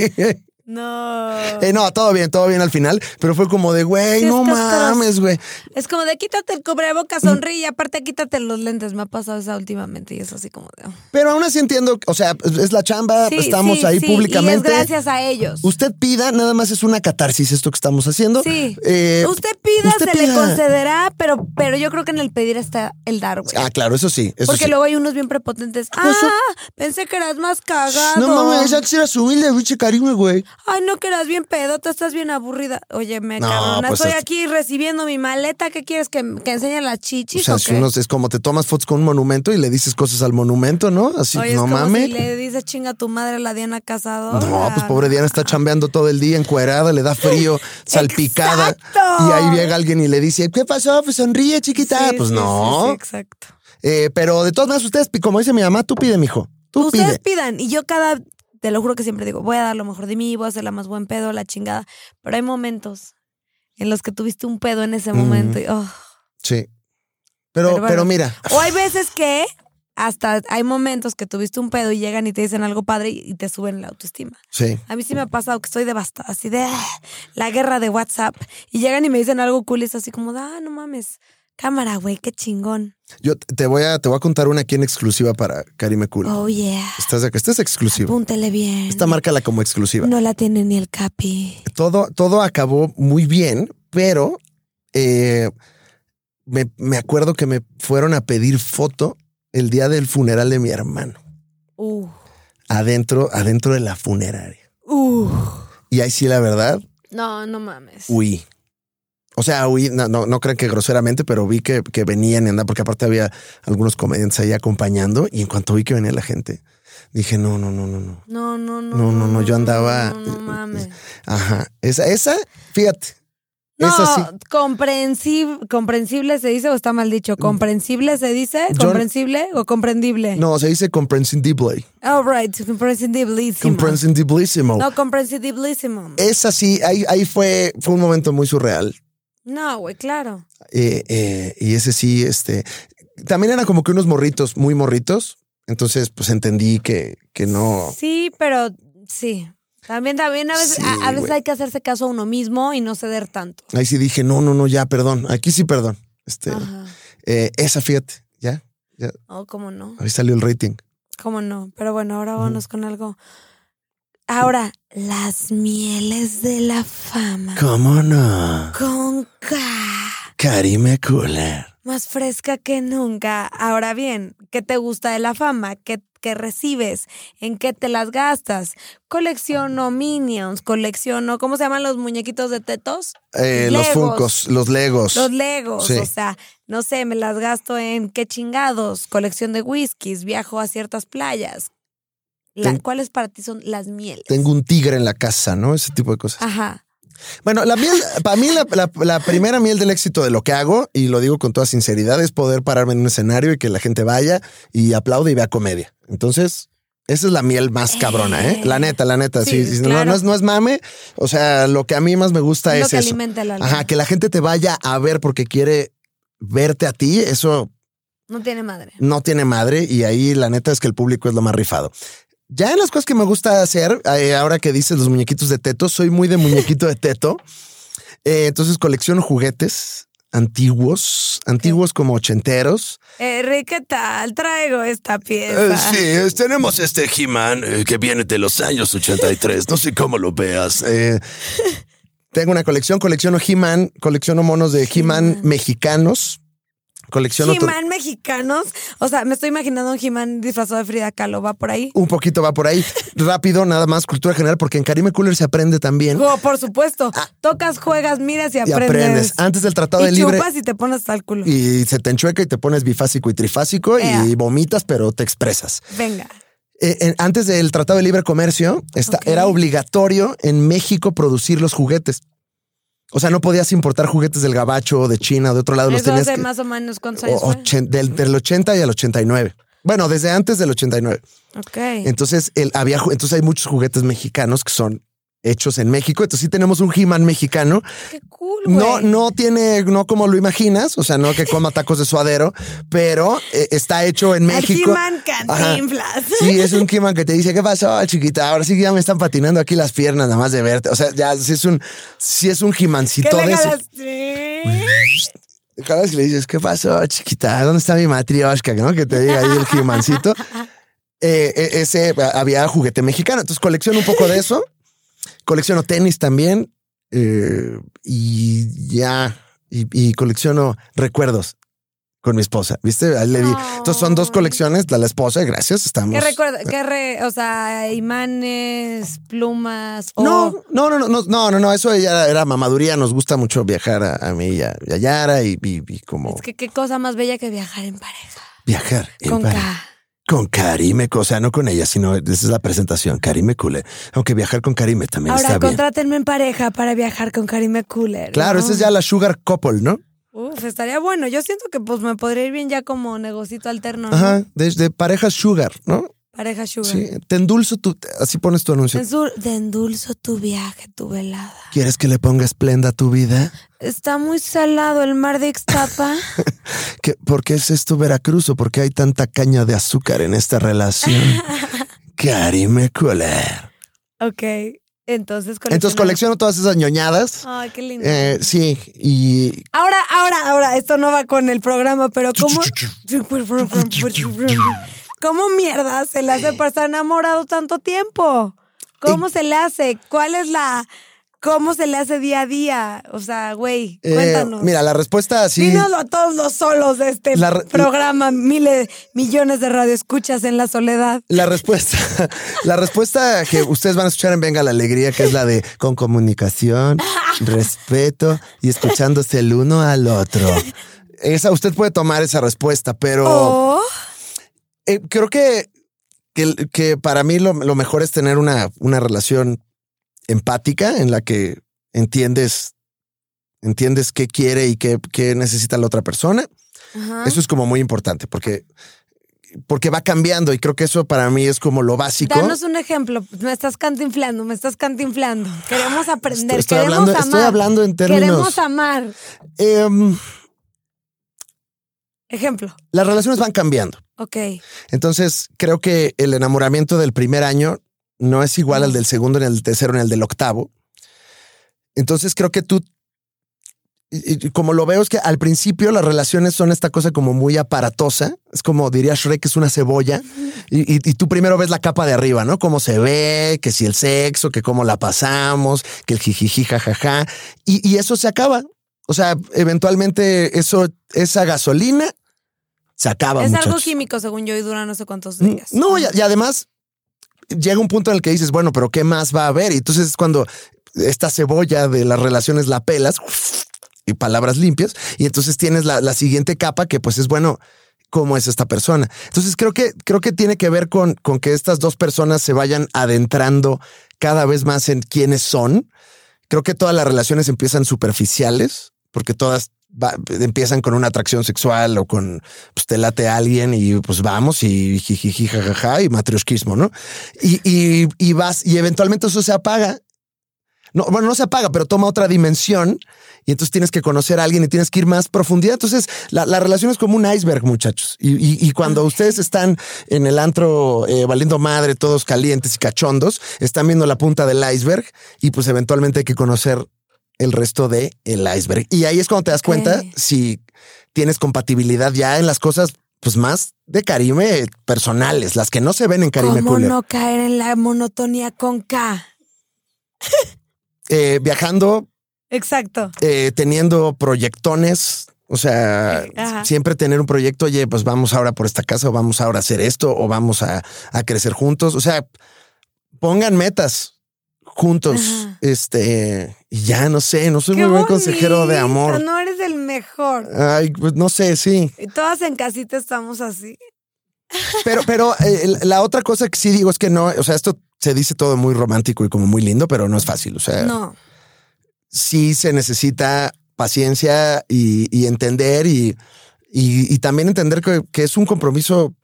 [SPEAKER 1] No.
[SPEAKER 2] Eh, no, todo bien, todo bien al final, pero fue como de, güey,
[SPEAKER 1] Sí, es
[SPEAKER 2] no
[SPEAKER 1] cascaroso.
[SPEAKER 2] mames, güey.
[SPEAKER 1] Es como de quítate el cubreboca,
[SPEAKER 2] mm.
[SPEAKER 1] sonríe y aparte quítate los lentes. Me ha pasado esa últimamente y es así como de. "Oh".
[SPEAKER 2] Pero aún así entiendo, o sea, es la chamba,
[SPEAKER 1] Sí,
[SPEAKER 2] Ah, pues, estamos
[SPEAKER 1] sí,
[SPEAKER 2] ahí
[SPEAKER 1] sí,
[SPEAKER 2] públicamente.
[SPEAKER 1] Y es gracias a ellos.
[SPEAKER 2] Usted pida, nada más es una catarsis esto que estamos haciendo.
[SPEAKER 1] Sí.
[SPEAKER 2] Eh,
[SPEAKER 1] Usted pida
[SPEAKER 2] Usted
[SPEAKER 1] se le
[SPEAKER 2] pida.
[SPEAKER 1] concederá, pero, pero yo creo que en el pedir está el dar, güey.
[SPEAKER 2] Ah, claro, eso sí. Eso
[SPEAKER 1] Porque
[SPEAKER 2] sí.
[SPEAKER 1] luego hay unos bien prepotentes. Ah,
[SPEAKER 2] Eso-
[SPEAKER 1] pensé que eras más cagado.
[SPEAKER 2] No mames, esa sí era su humilde, pinche cariño, güey.
[SPEAKER 1] Ay, no, que eras bien pedota, estás bien aburrida. Oye, me
[SPEAKER 2] No,
[SPEAKER 1] cabrona,
[SPEAKER 2] pues
[SPEAKER 1] estoy
[SPEAKER 2] es-
[SPEAKER 1] aquí recibiendo mi maleta. ¿Qué quieres que, que enseñe las chichis?
[SPEAKER 2] O
[SPEAKER 1] o
[SPEAKER 2] sea, Pues es,
[SPEAKER 1] qué?
[SPEAKER 2] unos- es como te tomas fotos con un monumento y le dices cosas al monumento, ¿no? Así,
[SPEAKER 1] Oye, es
[SPEAKER 2] no
[SPEAKER 1] como
[SPEAKER 2] mames.
[SPEAKER 1] si le dices chinga a tu madre a la Diana Casado.
[SPEAKER 2] No, pues pobre Diana está chambeando todo el día, encuerada, le da frío, salpicada.
[SPEAKER 1] ¡Exacto!
[SPEAKER 2] Y ahí llega alguien y le dice, ¿qué pasó? Pues sonríe, chiquita. pues no.
[SPEAKER 1] exacto.
[SPEAKER 2] Eh, pero de todas maneras, ustedes, como dice mi mamá, tú pide, mijo. Tú
[SPEAKER 1] Ustedes
[SPEAKER 2] pide.
[SPEAKER 1] pidan. Y yo cada, te lo juro que siempre digo, voy a dar lo mejor de mí, voy a hacer la más buen pedo, la chingada. Pero hay momentos en los que tuviste un pedo en ese
[SPEAKER 2] Mm.
[SPEAKER 1] momento. y, oh.
[SPEAKER 2] Sí.
[SPEAKER 1] Pero
[SPEAKER 2] Pero,
[SPEAKER 1] bueno.
[SPEAKER 2] pero mira,
[SPEAKER 1] O hay veces que hasta hay momentos que tuviste un pedo y llegan y te dicen algo padre y y te suben la autoestima.
[SPEAKER 2] sí.
[SPEAKER 1] A mí sí me ha pasado que estoy devastada, así de ah, la guerra de WhatsApp. Y llegan y me dicen algo cool y es así como, ah, no mames. Cámara, güey, qué chingón.
[SPEAKER 2] Yo te voy a, te voy a contar una aquí en exclusiva para Karime Cool.
[SPEAKER 1] Oh, Ah, yeah.
[SPEAKER 2] Estás de acá. Esta es exclusiva.
[SPEAKER 1] Apúntele bien.
[SPEAKER 2] Esta márcala como exclusiva.
[SPEAKER 1] No la tiene ni el capi.
[SPEAKER 2] todo, todo acabó muy bien, pero eh, me, me acuerdo que me fueron a pedir foto el día del funeral de mi hermano,
[SPEAKER 1] Uh,
[SPEAKER 2] adentro, adentro de la funeraria.
[SPEAKER 1] uh.
[SPEAKER 2] Y ahí sí, la verdad,
[SPEAKER 1] No, no mames.
[SPEAKER 2] huí. O sea, huí, no, no, no crean que groseramente, pero vi que, que venían y andaban, porque aparte había algunos comediantes ahí acompañando, y en cuanto vi que venía la gente, dije, no, no, no, no, no.
[SPEAKER 1] No, no, no.
[SPEAKER 2] No, no, no, yo andaba- eh,
[SPEAKER 1] No, no mames.
[SPEAKER 2] Ajá, esa, esa, fíjate.
[SPEAKER 1] No,
[SPEAKER 2] esa sí.
[SPEAKER 1] comprensib- comprensible se dice o está mal dicho. Comprensible se dice,
[SPEAKER 2] Mm. Yo-
[SPEAKER 1] comprensible o comprendible.
[SPEAKER 2] No, se dice comprensible.
[SPEAKER 1] All right, comprensibilísimo.
[SPEAKER 2] Comprensibilísimo.
[SPEAKER 1] no, comprensibilísimo.
[SPEAKER 2] Es así, ahí, ahí fue, fue un momento muy surreal.
[SPEAKER 1] No, güey, claro.
[SPEAKER 2] Eh, eh, y ese sí, este, también eran como que unos morritos, muy morritos. Entonces, pues entendí que, que no.
[SPEAKER 1] Sí, pero sí. También, también a veces,
[SPEAKER 2] Sí,
[SPEAKER 1] a, a veces
[SPEAKER 2] güey.
[SPEAKER 1] hay que hacerse caso a uno mismo y no ceder tanto.
[SPEAKER 2] Ahí sí dije, no, no, no, ya, perdón. Aquí sí, perdón. Este,
[SPEAKER 1] Ajá.
[SPEAKER 2] eh, esa, fíjate, ya.
[SPEAKER 1] Oh, cómo no.
[SPEAKER 2] Ahí salió el rating.
[SPEAKER 1] Cómo no. Pero bueno, ahora vámonos con algo. Ahora, las mieles de la fama.
[SPEAKER 2] ¿Cómo no?
[SPEAKER 1] Con K.
[SPEAKER 2] Karime Cooler.
[SPEAKER 1] Más fresca que nunca. Ahora bien, ¿qué te gusta de la fama? ¿Qué, qué recibes? ¿En qué te las gastas? Colecciono minions, colecciono, ¿cómo se llaman los muñequitos de tetos?
[SPEAKER 2] Eh, los
[SPEAKER 1] Legos.
[SPEAKER 2] Funcos, los Legos.
[SPEAKER 1] Los legos,
[SPEAKER 2] Sí.
[SPEAKER 1] o sea, no sé, me las gasto en qué chingados, colección de whiskies, viajo a ciertas playas. La-
[SPEAKER 2] Ten-
[SPEAKER 1] ¿Cuáles para ti son las mieles?
[SPEAKER 2] Tengo un tigre en la casa, ¿no? Ese tipo de cosas.
[SPEAKER 1] Ajá.
[SPEAKER 2] Bueno, la miel, para mí la, la- la primera miel del éxito de lo que hago, y lo digo con toda sinceridad, es poder pararme en un escenario y que la gente vaya y aplaude y vea comedia. Entonces, esa es la miel más cabrona, ¿eh? La neta, la neta.
[SPEAKER 1] Sí,
[SPEAKER 2] Sí, sí, no-
[SPEAKER 1] claro.
[SPEAKER 2] no, es, no es mame. O sea, lo que a mí más me gusta
[SPEAKER 1] Lo
[SPEAKER 2] es
[SPEAKER 1] que
[SPEAKER 2] eso.
[SPEAKER 1] alimenta el alma.
[SPEAKER 2] Ajá, que la gente te vaya a ver porque quiere verte a ti, eso
[SPEAKER 1] No tiene madre.
[SPEAKER 2] no tiene madre y ahí la neta es que el público es lo más rifado. Ya en las cosas que me gusta hacer, eh, ahora que dices los muñequitos de teto, soy muy de muñequito de teto. Eh, entonces colecciono juguetes antiguos, antiguos como ochenteros.
[SPEAKER 1] Enrique, Eh, ¿qué tal? Traigo esta
[SPEAKER 3] Eh,
[SPEAKER 1] pieza.
[SPEAKER 3] sí, eh, tenemos este He-Man eh, que viene de los años 83. No sé cómo lo veas.
[SPEAKER 2] Eh, tengo una colección, colecciono He-Man, colecciono monos de He-Man mexicanos, colecciono... to-
[SPEAKER 1] Jimán mexicanos. O sea, me estoy imaginando un Jimán disfrazado de Frida Kahlo. ¿Va por ahí?
[SPEAKER 2] Un poquito va por ahí. Rápido, nada más, cultura general, porque en Karime Cooler se aprende también.
[SPEAKER 1] Oh, por supuesto. Tocas, juegas, miras y
[SPEAKER 2] Ah. Y
[SPEAKER 1] aprendes.
[SPEAKER 2] aprendes. Antes del Tratado
[SPEAKER 1] y
[SPEAKER 2] de Libre...
[SPEAKER 1] chupas y te pones hasta el culo.
[SPEAKER 2] y se te enchueca y te pones bifásico y trifásico
[SPEAKER 1] Ea.
[SPEAKER 2] y vomitas, pero te expresas.
[SPEAKER 1] Venga.
[SPEAKER 2] Eh, en- antes del Tratado de Libre Comercio, esta-
[SPEAKER 1] Ok.
[SPEAKER 2] era obligatorio en México producir los juguetes. O sea, no podías importar juguetes del Gabacho o de China o de otro lado. Los
[SPEAKER 1] Eso
[SPEAKER 2] tenías
[SPEAKER 1] hace
[SPEAKER 2] que- Oh,
[SPEAKER 1] más o menos cuántos años ¿eh?
[SPEAKER 2] o-
[SPEAKER 1] fue.
[SPEAKER 2] ochen- del, del 80 y al 89. Bueno, desde antes del 89.
[SPEAKER 1] Ok.
[SPEAKER 2] Entonces, el, había, ju- entonces hay muchos juguetes mexicanos que son hechos en México. Entonces sí tenemos un He-Man mexicano.
[SPEAKER 1] Qué cool, güey.
[SPEAKER 2] No, no tiene, no como lo imaginas, o sea, no que coma tacos de suadero, pero eh, está hecho en México.
[SPEAKER 1] Jimán Cantinflas.
[SPEAKER 2] Sí, es un Kiman que te dice, ¿qué pasó, chiquita? Ahora sí que ya me están patinando aquí las piernas, nada más de verte. O sea, ya si es un, si es un
[SPEAKER 1] ¿Qué
[SPEAKER 2] jimancito
[SPEAKER 1] le
[SPEAKER 2] de esos.
[SPEAKER 1] ganaste?
[SPEAKER 2] Cada vez que le dices, ¿qué pasó, chiquita? ¿Dónde está mi matrioshka? ¿No? Que te diga ahí el jimancito. Eh, e- ese eh, había juguete mexicano. Entonces colecciono un poco de eso. Colecciono tenis también. eh, y ya. y, y colecciono recuerdos con mi esposa. ¿Viste? Le di- Entonces son dos colecciones, la, la esposa, gracias, estamos.
[SPEAKER 1] ¿Qué recuerdo? ¿Qué re- o sea, imanes, plumas? o-
[SPEAKER 2] No, no, no, no, no, no, no, no, eso ya era mamaduría. Nos gusta mucho viajar a, a mí y a, y a Yara y, y- y como
[SPEAKER 1] oh, Es que qué cosa más bella que viajar en pareja.
[SPEAKER 2] viajar. en
[SPEAKER 1] Con
[SPEAKER 2] pareja.
[SPEAKER 1] K.
[SPEAKER 2] Con Karime, o sea, no con ella, sino esa es la presentación. Karime Cule. Aunque viajar con Karime también
[SPEAKER 1] Ahora
[SPEAKER 2] está bien.
[SPEAKER 1] contrátenme en pareja para viajar con Karime Cooler.
[SPEAKER 2] Claro, esa es ya la Sugar Couple, ¿no?
[SPEAKER 1] Uf, estaría bueno. Yo siento que pues me podría ir bien ya como negocito alterno. ¿no?
[SPEAKER 2] Ajá, de, de pareja Sugar, ¿no?
[SPEAKER 1] Pareja sugar.
[SPEAKER 2] Sí, te endulzo tu. Así pones tu anuncio.
[SPEAKER 1] En su- Te endulzo tu viaje, tu velada.
[SPEAKER 2] ¿Quieres que le ponga esplenda a tu vida?
[SPEAKER 1] Está muy salado el mar de Ixtapa.
[SPEAKER 2] ¿Qué- ¿Por qué es esto Veracruz o por qué hay tanta caña de azúcar en esta relación? Karime Cooler.
[SPEAKER 1] ok. Entonces coleccionamos.
[SPEAKER 2] Entonces colecciono todas esas ñoñadas.
[SPEAKER 1] Ay, qué lindo.
[SPEAKER 2] Eh, sí, y
[SPEAKER 1] Ahora, ahora, ahora, esto no va con el programa, pero ¿cómo? ¿Cómo mierda se le hace para estar enamorado tanto tiempo?
[SPEAKER 2] Eh.
[SPEAKER 1] ¿Cómo se le hace? ¿Cuál es la. ¿Cómo se le hace día a día? O sea, güey,
[SPEAKER 2] eh,
[SPEAKER 1] cuéntanos.
[SPEAKER 2] mira, la respuesta así.
[SPEAKER 1] Dínoslo a todos los solos de este
[SPEAKER 2] La re-
[SPEAKER 1] programa, miles, millones de radioescuchas en la soledad.
[SPEAKER 2] La respuesta, la respuesta que ustedes van a escuchar en Venga la Alegría, que es la de con comunicación, respeto y escuchándose el uno al otro. Esa, usted puede tomar esa respuesta, pero
[SPEAKER 1] O
[SPEAKER 2] eh, creo que, que, que para mí lo, lo mejor es tener una, una relación empática en la que entiendes, entiendes qué quiere y qué, qué necesita la otra persona.
[SPEAKER 1] Ajá.
[SPEAKER 2] Eso es como muy importante porque, porque va cambiando y creo que eso para mí es como lo básico.
[SPEAKER 1] Danos un ejemplo. Me estás cantinflando, me estás cantinflando. Queremos aprender,
[SPEAKER 2] estoy
[SPEAKER 1] queremos
[SPEAKER 2] hablando,
[SPEAKER 1] amar.
[SPEAKER 2] estoy hablando en términos.
[SPEAKER 1] Queremos amar.
[SPEAKER 2] Em,
[SPEAKER 1] Ejemplo.
[SPEAKER 2] las relaciones van cambiando.
[SPEAKER 1] Ok.
[SPEAKER 2] Entonces, creo que el enamoramiento del primer año no es igual al del segundo, ni al del tercero, ni al del octavo. Entonces, creo que tú, y- y como lo veo, es que al principio las relaciones son esta cosa como muy aparatosa. Es como diría Shrek, es una cebolla. Y, y- y tú primero ves la capa de arriba, ¿no? Cómo se ve, que si el sexo, que cómo la pasamos, que el jijiji, jajaja. Y, y eso se acaba. O sea, eventualmente eso, esa gasolina se acaba.
[SPEAKER 1] es algo
[SPEAKER 2] muchachos.
[SPEAKER 1] químico, según yo, y dura no sé cuántos
[SPEAKER 2] Mm,
[SPEAKER 1] días. Ah.
[SPEAKER 2] No, y, y además llega un punto en el que dices, bueno, pero ¿qué más va a haber? Y entonces es cuando esta cebolla de las relaciones la pelas y palabras limpias, y entonces tienes la, la siguiente capa que pues es bueno. ¿Cómo es esta persona? Entonces creo que creo que tiene que ver con, con que estas dos personas se vayan adentrando cada vez más en quiénes son. Creo que todas las relaciones empiezan superficiales, porque todas va- empiezan con una atracción sexual o con pues te late alguien y pues vamos y jijiji, jajaja y matrioshquismo, ¿no? Y, y, y vas y eventualmente eso se apaga. No, bueno, no se apaga, pero toma otra dimensión y entonces tienes que conocer a alguien y tienes que ir más profundidad. Entonces, la, la relación es como un iceberg, muchachos. Y, y- y cuando ustedes están en el antro eh, valiendo madre, todos calientes y cachondos, están viendo la punta del iceberg y pues eventualmente hay que conocer el resto de el iceberg. Y ahí es cuando te das
[SPEAKER 1] Ok.
[SPEAKER 2] cuenta si tienes compatibilidad ya en las cosas pues más de Karime eh, personales, las que no se ven en Karime
[SPEAKER 1] ¿Cómo
[SPEAKER 2] Cooler.
[SPEAKER 1] no caer en la monotonía con K?
[SPEAKER 2] Eh, viajando,
[SPEAKER 1] Exacto.
[SPEAKER 2] eh, teniendo proyectones. O sea,
[SPEAKER 1] Ajá.
[SPEAKER 2] siempre tener un proyecto, oye, pues vamos ahora por esta casa, o vamos ahora a hacer esto, o vamos a, a crecer juntos. O sea, pongan metas juntos.
[SPEAKER 1] Ajá.
[SPEAKER 2] Este, y ya no sé, no soy
[SPEAKER 1] Qué
[SPEAKER 2] muy buen consejero de
[SPEAKER 1] bonito,
[SPEAKER 2] amor.
[SPEAKER 1] No eres el mejor.
[SPEAKER 2] Ay, pues no sé, sí.
[SPEAKER 1] Y todas en casita estamos así.
[SPEAKER 2] Pero, pero eh, la otra cosa que sí digo es que no, o sea, esto se dice todo muy romántico y como muy lindo, pero no es fácil. O sea,
[SPEAKER 1] No.
[SPEAKER 2] sí se necesita paciencia y, y entender y, y- y también entender que, que es un compromiso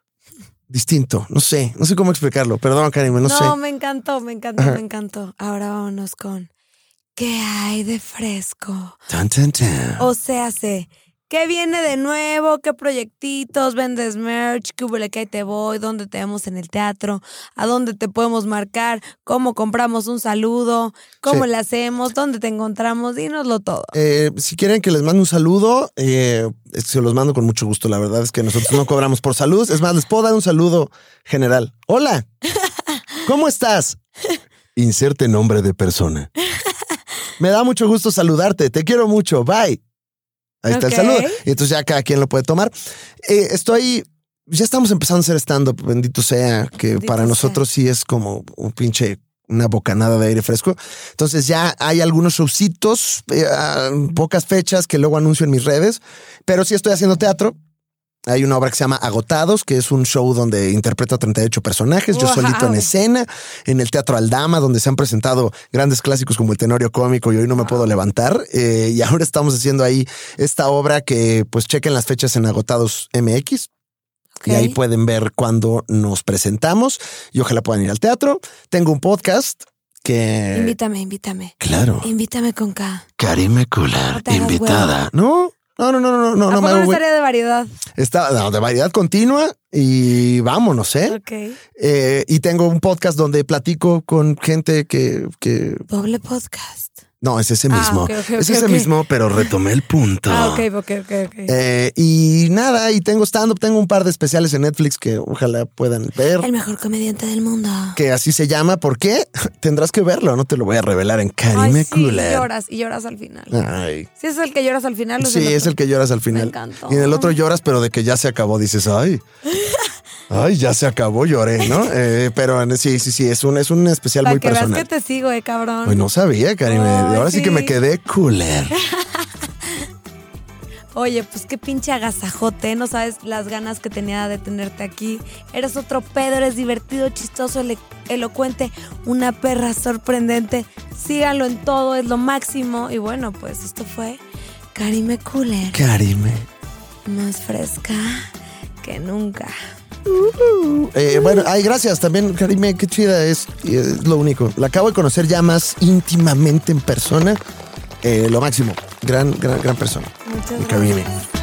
[SPEAKER 2] distinto. No sé, no sé cómo explicarlo. Perdón, Karime, no,
[SPEAKER 1] No,
[SPEAKER 2] sé.
[SPEAKER 1] me encantó, me encantó,
[SPEAKER 2] Ajá.
[SPEAKER 1] me encantó. Ahora vámonos con ¿Qué hay de fresco?
[SPEAKER 2] Tan, tan, tan.
[SPEAKER 1] O sea, sé. ¿Qué viene de nuevo? ¿Qué proyectitos? ¿Vendes merch? ¿Qué hubo que ahí te voy? ¿Dónde te vemos en el teatro? ¿A dónde te podemos marcar? ¿Cómo compramos un saludo? ¿Cómo
[SPEAKER 2] Sí.
[SPEAKER 1] le hacemos? ¿Dónde te encontramos? Dínoslo todo.
[SPEAKER 2] Eh, si quieren que les mande un saludo, eh, se los mando con mucho gusto. La verdad es que nosotros no cobramos por salud. Es más, les puedo dar un saludo general. Hola, ¿cómo estás? Inserte nombre de persona. Me da mucho gusto saludarte. Te quiero mucho. Bye. Ahí está el
[SPEAKER 1] Ok.
[SPEAKER 2] saludo. Y entonces ya cada quien lo puede tomar. Eh, estoy. Ya estamos empezando a hacer stand-up, bendito sea, que
[SPEAKER 1] Bendito
[SPEAKER 2] para
[SPEAKER 1] sea.
[SPEAKER 2] nosotros sí es como un pinche una bocanada de aire fresco. Entonces ya hay algunos showcitos, eh, a pocas fechas que luego anuncio en mis redes, pero sí estoy haciendo teatro. Hay una obra que se llama Agotados, que es un show donde interpreto a 38 personajes, yo
[SPEAKER 1] Wow.
[SPEAKER 2] solito en escena, en el Teatro Aldama, donde se han presentado grandes clásicos como El Tenorio Cómico y Hoy No Me Puedo Levantar. Eh, y ahora estamos haciendo ahí esta obra que, pues, chequen las fechas en Agotados MX. Y ahí
[SPEAKER 1] Ok.
[SPEAKER 2] pueden ver cuándo nos presentamos y ojalá puedan ir al teatro. Tengo un podcast que...
[SPEAKER 1] Invítame, invítame.
[SPEAKER 3] Claro.
[SPEAKER 1] Invítame con K.
[SPEAKER 3] Karime Cular,
[SPEAKER 1] No te hagas
[SPEAKER 3] invitada.
[SPEAKER 2] No, no, no, no, no, no,
[SPEAKER 1] ¿A
[SPEAKER 2] no me
[SPEAKER 1] poco
[SPEAKER 2] hago
[SPEAKER 1] no
[SPEAKER 2] güey.
[SPEAKER 1] estaría de variedad?
[SPEAKER 2] Está no, de variedad continua y vámonos, ¿eh?
[SPEAKER 1] Ok.
[SPEAKER 2] Eh, Y tengo un podcast donde platico con gente que... que...
[SPEAKER 1] Doble podcast.
[SPEAKER 2] No, es ese
[SPEAKER 1] Ah,
[SPEAKER 2] mismo.
[SPEAKER 1] ok, ok,
[SPEAKER 2] es
[SPEAKER 1] ok,
[SPEAKER 2] ese
[SPEAKER 1] ok.
[SPEAKER 2] mismo, pero reto.
[SPEAKER 3] Retomé el punto.
[SPEAKER 1] Ah, ok, ok, ok, ok.
[SPEAKER 2] Eh, y nada, y tengo stand-up, tengo un par de especiales en Netflix que ojalá puedan ver.
[SPEAKER 1] El mejor comediante del mundo.
[SPEAKER 2] que así se llama. ¿Por qué? Tendrás que verlo, no te lo voy a revelar en Karime
[SPEAKER 1] Ay, sí,
[SPEAKER 2] Cooler.
[SPEAKER 1] lloras y lloras al final.
[SPEAKER 2] Ay.
[SPEAKER 1] Si es el que lloras al final,
[SPEAKER 2] Sí, es el que lloras al final.
[SPEAKER 1] encantó.
[SPEAKER 2] Y en el otro lloras, pero de que ya se acabó, dices, ay. Ay, ya se acabó, lloré, ¿no? Eh, pero en- sí, sí, sí, es un, es un especial
[SPEAKER 1] Para
[SPEAKER 2] muy
[SPEAKER 1] que veas que
[SPEAKER 2] personal.
[SPEAKER 1] te sigo, eh, cabrón.
[SPEAKER 2] Ay, no sabía, Karime.
[SPEAKER 1] Ay,
[SPEAKER 2] Ahora sí. que
[SPEAKER 1] sí.
[SPEAKER 2] me quedé cooler.
[SPEAKER 1] Oye, pues qué pinche agasajote, no sabes las ganas que tenía de tenerte aquí. Eres otro pedo, eres divertido, chistoso, ele- elocuente, una perra sorprendente. Síganlo en todo, es lo máximo. Y bueno, pues esto fue Karime Cooler,
[SPEAKER 2] Karime.
[SPEAKER 1] más fresca que nunca.
[SPEAKER 2] Eh, bueno, ay, gracias también, Karime, qué chida es, y es lo único. La acabo de conocer ya más íntimamente en persona. Eh, lo máximo. Gran, gran, gran persona.
[SPEAKER 1] Muchas
[SPEAKER 2] Karime.
[SPEAKER 1] gracias.